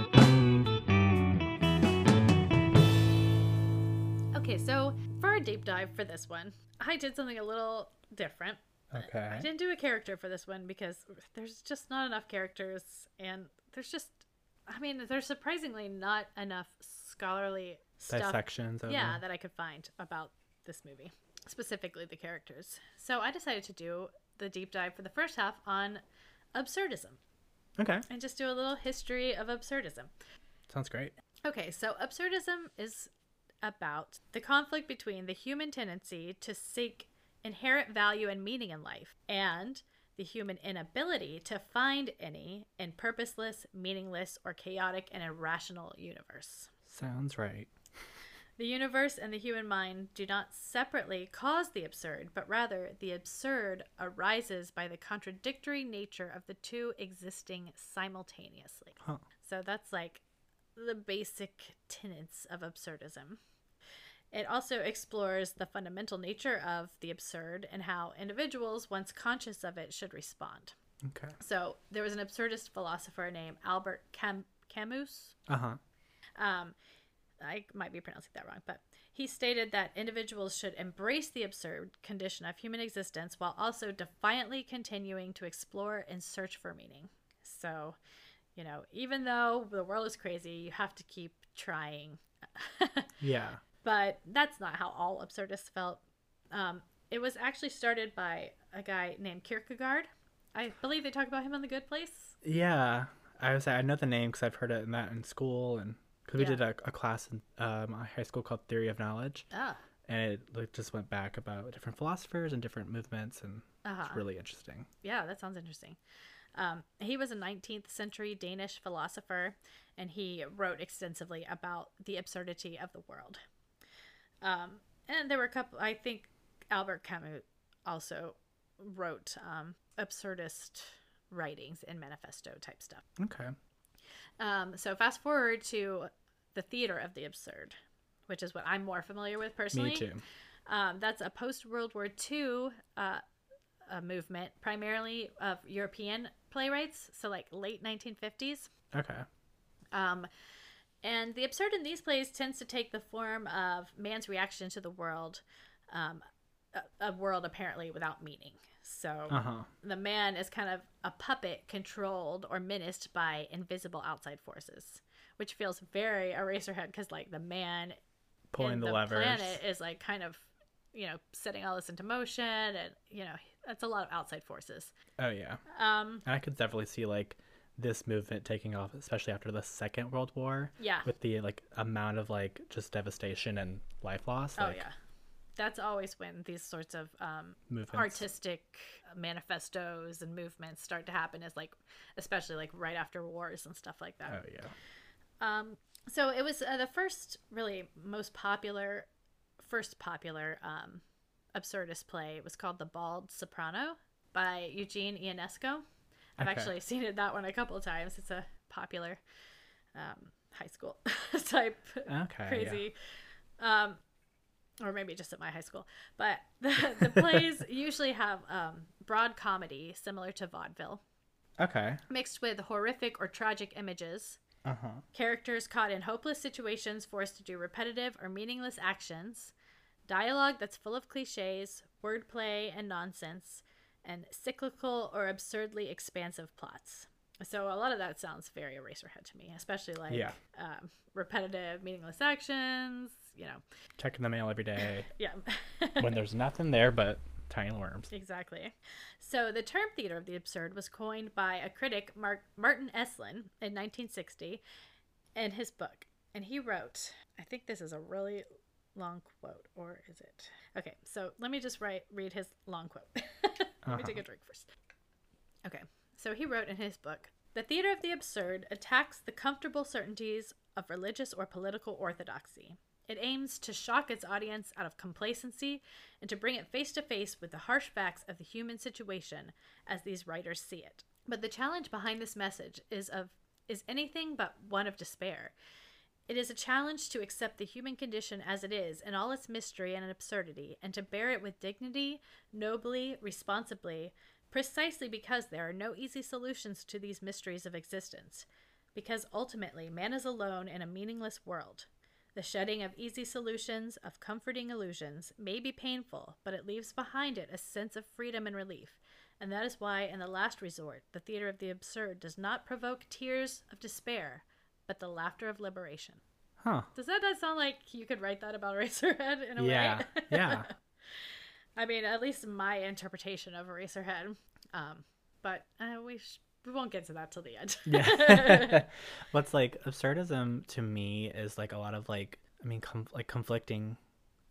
Speaker 2: Okay, so for our deep dive for this one, I did something a little different. I
Speaker 1: Okay.
Speaker 2: didn't do a character for this one because there's just not enough characters, and there's just, I mean, there's surprisingly not enough scholarly stuff
Speaker 1: Dissections. Of
Speaker 2: yeah
Speaker 1: it.
Speaker 2: that i could find about this movie specifically the characters so i decided to do the deep dive for the first half on absurdism
Speaker 1: Okay.
Speaker 2: and just do a little history of absurdism
Speaker 1: Sounds great.
Speaker 2: okay so absurdism is about the conflict between the human tendency to seek inherent value and meaning in life and the human inability to find any in purposeless meaningless or chaotic and irrational universe
Speaker 1: Sounds right.
Speaker 2: The universe and the human mind do not separately cause the absurd, but rather the absurd arises by the contradictory nature of the two existing simultaneously.
Speaker 1: Huh.
Speaker 2: So that's like the basic tenets of absurdism. It also explores the fundamental nature of the absurd and how individuals, once conscious of it, should respond.
Speaker 1: Okay.
Speaker 2: So there was an absurdist philosopher named Albert Cam- Camus
Speaker 1: Uh huh.
Speaker 2: um, I might be pronouncing that wrong, but he stated that individuals should embrace the absurd condition of human existence while also defiantly continuing to explore and search for meaning. So, you know, even though the world is crazy, you have to keep trying.
Speaker 1: Yeah.
Speaker 2: but that's not how all absurdists felt. Um, it was actually started by a guy named Kierkegaard. I believe they talk about him on The Good Place.
Speaker 1: Yeah. I was. I know the name because I've heard it in that in school and because we
Speaker 2: Yeah.
Speaker 1: did a, a class in um, high school called Theory of Knowledge,
Speaker 2: Ah,
Speaker 1: and it like, just went back about different philosophers and different movements, and
Speaker 2: Uh-huh.
Speaker 1: it's really interesting.
Speaker 2: Yeah, that sounds interesting. Um, he was a 19th century Danish philosopher, and he wrote extensively about the absurdity of the world. Um, and there were a couple, I think Albert Camus also wrote um, absurdist writings and manifesto type stuff.
Speaker 1: Okay.
Speaker 2: Um, so fast forward to the theater of the absurd, which is what I'm more familiar with personally.
Speaker 1: Me too.
Speaker 2: Um, that's a post World War II uh, a movement, primarily of European playwrights, so like late 1950s.
Speaker 1: Okay.
Speaker 2: Um, and the absurd in these plays tends to take the form of man's reaction to the world, um, a, a world apparently without meaning. So
Speaker 1: Uh huh.
Speaker 2: the man is kind of a puppet controlled or menaced by invisible outside forces, which feels very Eraserhead because like the man
Speaker 1: Pulling
Speaker 2: and
Speaker 1: the, levers.
Speaker 2: planet is like kind of you know setting all this into motion and you know that's a lot of outside forces
Speaker 1: Oh yeah.
Speaker 2: um
Speaker 1: And I could definitely see like this movement taking off, especially after the Second World War.
Speaker 2: Yeah.
Speaker 1: With the like amount of like just devastation and life loss.
Speaker 2: oh
Speaker 1: like,
Speaker 2: yeah that's always when these sorts of um
Speaker 1: Movements.
Speaker 2: artistic manifestos and movements start to happen is like especially like right after wars and stuff like that
Speaker 1: Oh yeah.
Speaker 2: Um, so it was uh, the first, really most popular, first popular um, absurdist play. It was called The Bald Soprano by Eugene Ionesco. I've
Speaker 1: Okay.
Speaker 2: actually seen it that one a couple of times. It's a popular um, high school type
Speaker 1: Okay. Yeah.
Speaker 2: crazy. Um, or maybe just at my high school, but the, the plays usually have um, broad comedy similar to vaudeville,
Speaker 1: Okay.
Speaker 2: mixed with horrific or tragic images,
Speaker 1: Uh huh.
Speaker 2: Characters caught in hopeless situations forced to do repetitive or meaningless actions, dialogue that's full of cliches, wordplay, and nonsense, and cyclical or absurdly expansive plots. So a lot of that sounds very Eraserhead to me, especially like
Speaker 1: Yeah.
Speaker 2: um, repetitive, meaningless actions. You know,
Speaker 1: Checking the mail every day
Speaker 2: yeah,
Speaker 1: when there's nothing there but tiny worms.
Speaker 2: Exactly. So the term theater of the absurd was coined by a critic, Mark, Martin Eslin, in 1960 in his book. And he wrote, I think this is a really long quote, or is it? Okay, so let me just write, read his long quote. let me take a drink first. Okay, so he wrote in his book The theater of the absurd attacks the comfortable certainties of religious or political orthodoxy. It aims to shock its audience out of complacency and to bring it face to face with the harsh facts of the human situation as these writers see it. But the challenge behind this message is of is anything but one of despair. It is a challenge to accept the human condition as it is in all its mystery and absurdity and to bear it with dignity, nobly, responsibly, precisely because there are no easy solutions to these mysteries of existence. Because ultimately, man is alone in a meaningless world. The shedding of easy solutions, of comforting illusions, may be painful, but it leaves behind it a sense of freedom and relief. And that is why, in the last resort, the theater of the absurd does not provoke tears of despair, but the laughter of liberation.
Speaker 1: Huh.
Speaker 2: Does that not sound like you could write that about Eraserhead in a
Speaker 1: Yeah.
Speaker 2: way?
Speaker 1: Yeah.
Speaker 2: I mean, at least my interpretation of Eraserhead. Um, but uh, we sh- we won't get to that till the end.
Speaker 1: Yeah. What's like absurdism to me is like a lot of like I mean com- like conflicting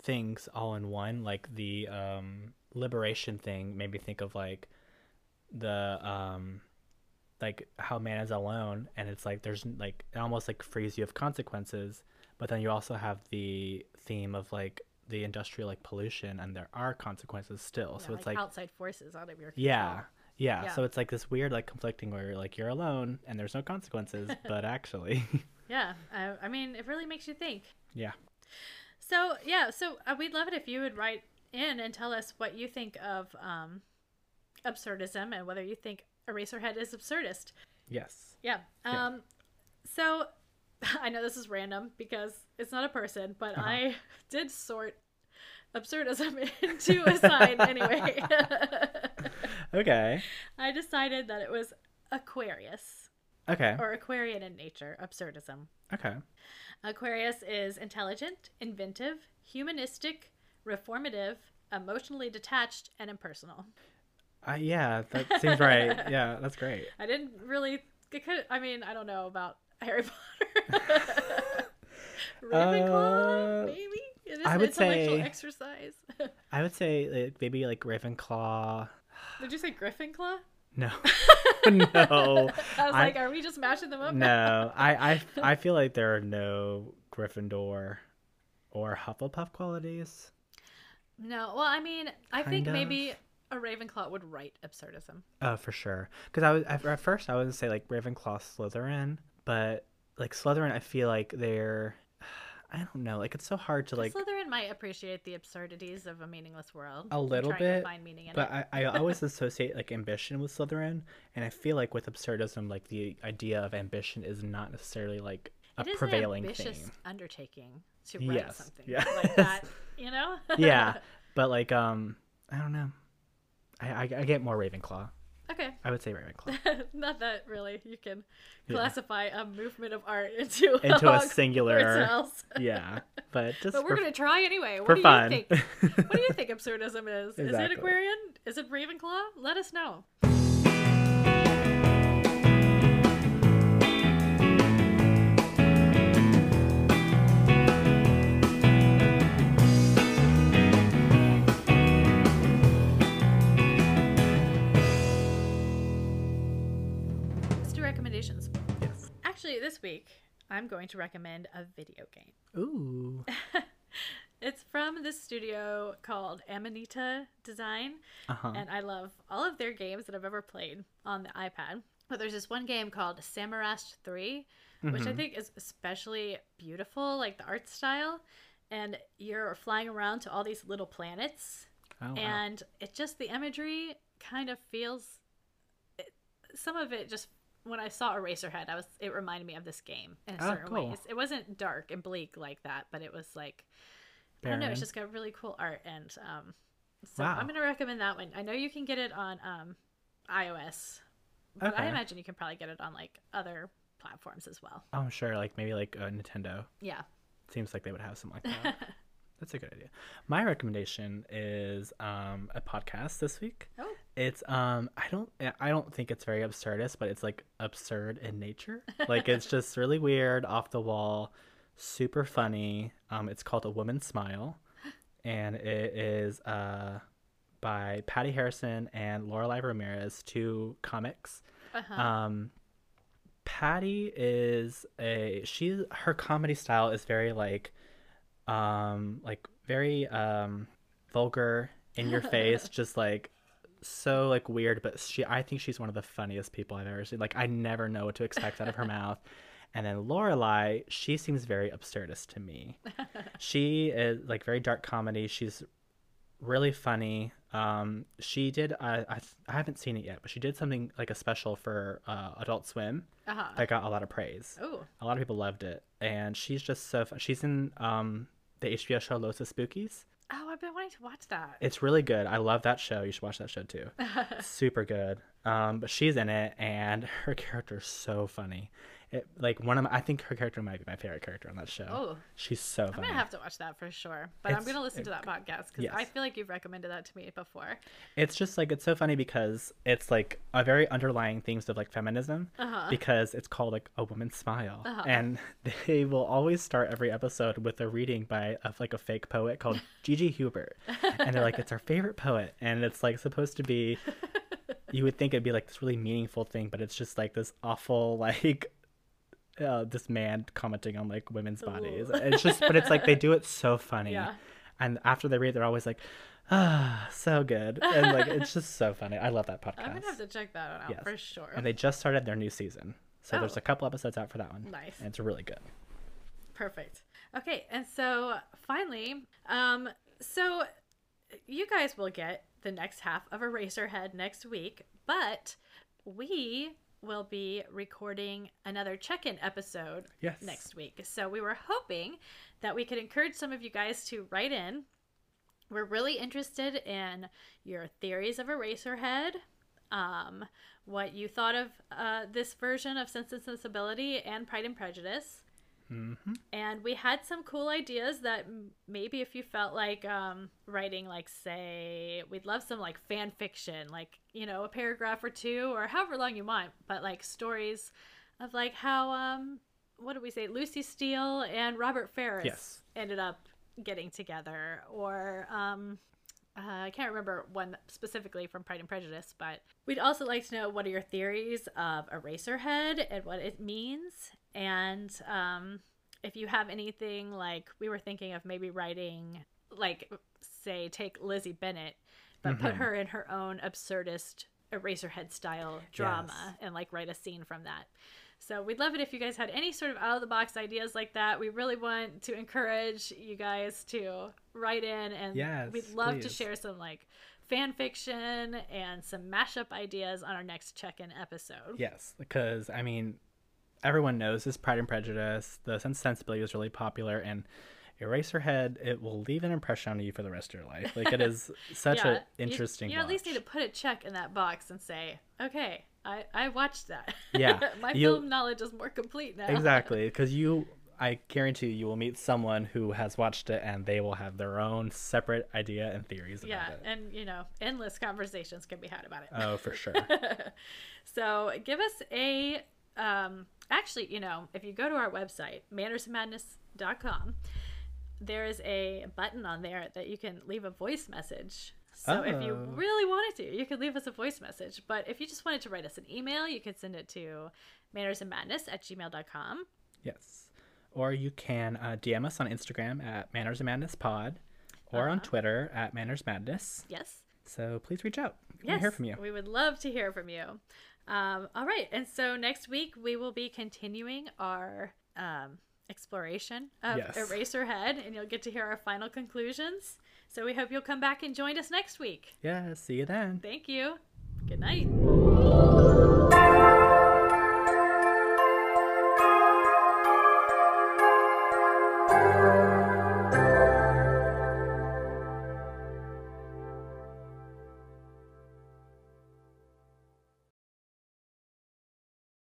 Speaker 1: things all in one. Like the um liberation thing made me think of like the um like how man is alone and it's like there's like it almost like frees you of consequences but then you also have the theme of like the industrial like pollution and there are consequences still so
Speaker 2: Yeah,
Speaker 1: it's like
Speaker 2: outside forces out of your control.
Speaker 1: yeah. Yeah.
Speaker 2: Yeah.
Speaker 1: So it's like this weird, like conflicting where like you're alone and there's no consequences, but actually,
Speaker 2: yeah. I, I mean, it really makes you think.
Speaker 1: yeah.
Speaker 2: So yeah, so uh, we'd love it if you would write in and tell us what you think of um, absurdism and whether you think Eraserhead is absurdist.
Speaker 1: Yes.
Speaker 2: Yeah.
Speaker 1: Yeah.
Speaker 2: Um, So I know this is random because it's not a person, but I did sort absurdism into a sign anyway.
Speaker 1: Okay.
Speaker 2: I decided that it was Aquarius
Speaker 1: Okay.
Speaker 2: or Aquarian in nature, absurdism.
Speaker 1: Okay.
Speaker 2: Aquarius is intelligent, inventive, humanistic, reformative, emotionally detached, and impersonal.
Speaker 1: Uh, yeah, that seems right. yeah, that's great.
Speaker 2: I didn't really. It could, I mean, I don't know about Harry Potter. Ravenclaw,
Speaker 1: Uh,
Speaker 2: maybe. It is
Speaker 1: I
Speaker 2: an
Speaker 1: would
Speaker 2: intellectual
Speaker 1: say-
Speaker 2: exercise.
Speaker 1: I would say like, maybe like Ravenclaw.
Speaker 2: Did you say Gryffindor?
Speaker 1: No. no.
Speaker 2: I was
Speaker 1: Oh, I-
Speaker 2: like, are we just mashing them up?
Speaker 1: No. I, I I feel like there are no Gryffindor or Hufflepuff qualities.
Speaker 2: No. Well, I mean, I think
Speaker 1: Kind of.
Speaker 2: maybe a Ravenclaw would write absurdism.
Speaker 1: Oh, for sure. Because I was at at first I would say like Ravenclaw, Slytherin, but like Slytherin, I feel like they're, I don't know, like it's so hard to like.
Speaker 2: Slytherin might appreciate the absurdities of a meaningless world.
Speaker 1: A
Speaker 2: and
Speaker 1: little
Speaker 2: trying to
Speaker 1: bit,
Speaker 2: find meaning in
Speaker 1: But
Speaker 2: it.
Speaker 1: I, I always associate like ambition with Slytherin, and I feel like with absurdism, like the idea of ambition is not necessarily like a
Speaker 2: it is
Speaker 1: prevailing
Speaker 2: an ambitious
Speaker 1: thing.
Speaker 2: undertaking to write
Speaker 1: Yes,
Speaker 2: something
Speaker 1: yes.
Speaker 2: like that. You know?
Speaker 1: yeah, but like um, I don't know. I, I I get more Ravenclaw.
Speaker 2: okay.
Speaker 1: I would say Ravenclaw
Speaker 2: Not that really you can
Speaker 1: Yeah.
Speaker 2: classify a movement of art into
Speaker 1: into a
Speaker 2: all sorts
Speaker 1: singular.
Speaker 2: else.
Speaker 1: yeah, but just
Speaker 2: Oh, But we're
Speaker 1: for,
Speaker 2: gonna try anyway. What
Speaker 1: for
Speaker 2: do
Speaker 1: fun.
Speaker 2: you think? What do you think absurdism is? Is it
Speaker 1: Exactly.
Speaker 2: Aquarian? Is it Ravenclaw? Let us know. Let's do recommendations.
Speaker 1: Yes.
Speaker 2: Actually, this week I'm going to recommend a video game.
Speaker 1: Ooh.
Speaker 2: It's from this studio called Amanita Design,
Speaker 1: Uh huh.
Speaker 2: and I love all of their games that I've ever played on the iPad. But there's this one game called Samarash 3,
Speaker 1: Mm-hmm.
Speaker 2: which I think is especially beautiful, like the art style. And you're flying around to all these little planets,
Speaker 1: Oh, wow.
Speaker 2: and it just the imagery kind of feels. It, some of it just when I saw Eraserhead, I was it reminded me of this game in
Speaker 1: Oh,
Speaker 2: certain
Speaker 1: cool.
Speaker 2: ways. It wasn't dark and bleak like that, but it was like I don't know.
Speaker 1: Baron.
Speaker 2: Oh, It's just got really cool art, and um, so
Speaker 1: Wow.
Speaker 2: I'm gonna recommend that one. I know you can get it on um, iOS, but I
Speaker 1: Okay.
Speaker 2: imagine you can probably get it on like other platforms as well.
Speaker 1: Oh, I'm sure, like maybe like uh, Nintendo.
Speaker 2: Yeah,
Speaker 1: Seems like they would have something like that. That's a good idea. My recommendation is um, a podcast this week.
Speaker 2: Oh.
Speaker 1: It's um I don't I don't think it's very absurdist, but it's like absurd in nature. Like it's just really weird, off the wall, super funny. Um, it's called A Woman's Smile, and it is uh by Patty Harrison and Lorelai Ramirez, two comics.
Speaker 2: Uh-huh.
Speaker 1: Um, Patty is a she. Her comedy style is very like, um, like very um, vulgar in your face, just like so like weird. But she, I think she's one of the funniest people I've ever seen. Like I never know what to expect out of her mouth. And then Lorelai, she seems very absurdist to me. she is like very dark comedy. She's really funny. Um, she did. I, I I haven't seen it yet, but she did something like a special for uh, Adult Swim
Speaker 2: Uh-huh.
Speaker 1: that got a lot of praise.
Speaker 2: Oh.
Speaker 1: A lot of people loved it, and she's just so. Fun. She's in um the HBO show Los Spookies.
Speaker 2: Oh, I've been wanting to watch that.
Speaker 1: It's really good. I love that show. You should watch that show too. Super good. Um, but she's in it, and her character's so funny. It, like one of my, I think her character might be my favorite character on that show.
Speaker 2: Oh.
Speaker 1: she's so funny.
Speaker 2: I'm gonna have to watch that for sure, but I'm
Speaker 1: It's-
Speaker 2: gonna listen to that podcast because
Speaker 1: yes.
Speaker 2: I feel like you've recommended that to me before.
Speaker 1: it's just like it's so funny because it's like a very underlying themes of like feminism
Speaker 2: Uh-huh.
Speaker 1: because it's called like a woman's smile and they will always start every episode with a reading by of like a fake poet called Gigi Huber and they're like it's our favorite poet and it's like supposed to be you would think it'd be like this really meaningful thing but it's just like this awful like uh, this man commenting on like women's bodies
Speaker 2: Ooh.
Speaker 1: it's just but it's like they do it so funny
Speaker 2: Yeah.
Speaker 1: and after they read they're always like ah so good and like it's just so funny i love that
Speaker 2: I'm
Speaker 1: podcast
Speaker 2: gonna have to check that one out
Speaker 1: Yes.
Speaker 2: for sure.
Speaker 1: and they just started their new season so there's
Speaker 2: Oh.
Speaker 1: a couple episodes out for that one
Speaker 2: Nice.
Speaker 1: and it's really good
Speaker 2: Perfect. Okay, and so finally, um, so you guys will get the next half of Eraserhead next week, but we will be recording another check-in episode
Speaker 1: yes
Speaker 2: next week. So we were hoping that we could encourage some of you guys to write in. We're really interested in your theories of Eraserhead, um, what you thought of uh, this version of Sense and Sensibility and Pride and Prejudice. And we had some cool ideas that m- maybe if you felt like um, writing, like, say, we'd love some like fan fiction, like, you know, a paragraph or two or however long you want, but like stories of like how, um, what did we say, Lucy Steele and Robert Ferris
Speaker 1: Yes.
Speaker 2: ended up getting together or, um, uh, I can't remember one specifically from Pride and Prejudice, but we'd also like to know what are your theories of Eraserhead and what it means, and um, if you have anything like we were thinking of maybe writing, like say take Lizzie Bennett, but put
Speaker 1: Mhm.
Speaker 2: her in her own absurdist Eraserhead style drama and like write a scene from that. So we'd love it if you guys had any sort of out of the box ideas like that. We really want to encourage you guys to write in and
Speaker 1: Yes,
Speaker 2: we'd love to
Speaker 1: please.
Speaker 2: share some like fan fiction and some mashup ideas on our next check-in episode.
Speaker 1: yes because i mean everyone knows this pride and prejudice the sense of sensibility is really popular and Eraserhead, it will leave an impression on you for the rest of your life. Like it is such
Speaker 2: Yeah,
Speaker 1: an interesting.
Speaker 2: You, you at least
Speaker 1: watch.
Speaker 2: need to put a check in that box and say, "Okay, I I watched that.
Speaker 1: Yeah,
Speaker 2: my
Speaker 1: you-
Speaker 2: film knowledge is more complete now."
Speaker 1: exactly because you i guarantee you will meet someone who has watched it and they will have their own separate idea and theories
Speaker 2: Yeah,
Speaker 1: about it
Speaker 2: and you know, endless conversations can be had about it.
Speaker 1: oh for sure
Speaker 2: So give us a um actually, you know, if you go to our website, mannersmadness.com, there is a button on there that you can leave a voice message. So if you
Speaker 1: Oh.
Speaker 2: really wanted to, you could leave us a voice message. But if you just wanted to write us an email, you could send it to mannersandmadness at gmail.com.
Speaker 1: yes or you can uh, dm us on instagram at manners and madness pod or on twitter at manners madness
Speaker 2: Yes.
Speaker 1: so please reach out we want to hear from you
Speaker 2: We would love to hear from you. Um, all right. And so next week, we will be continuing our um, exploration of
Speaker 1: Yes.
Speaker 2: Eraserhead, and you'll get to hear our final conclusions. So we hope you'll come back and join us next week.
Speaker 1: yeah see you then
Speaker 2: Thank you. Good night.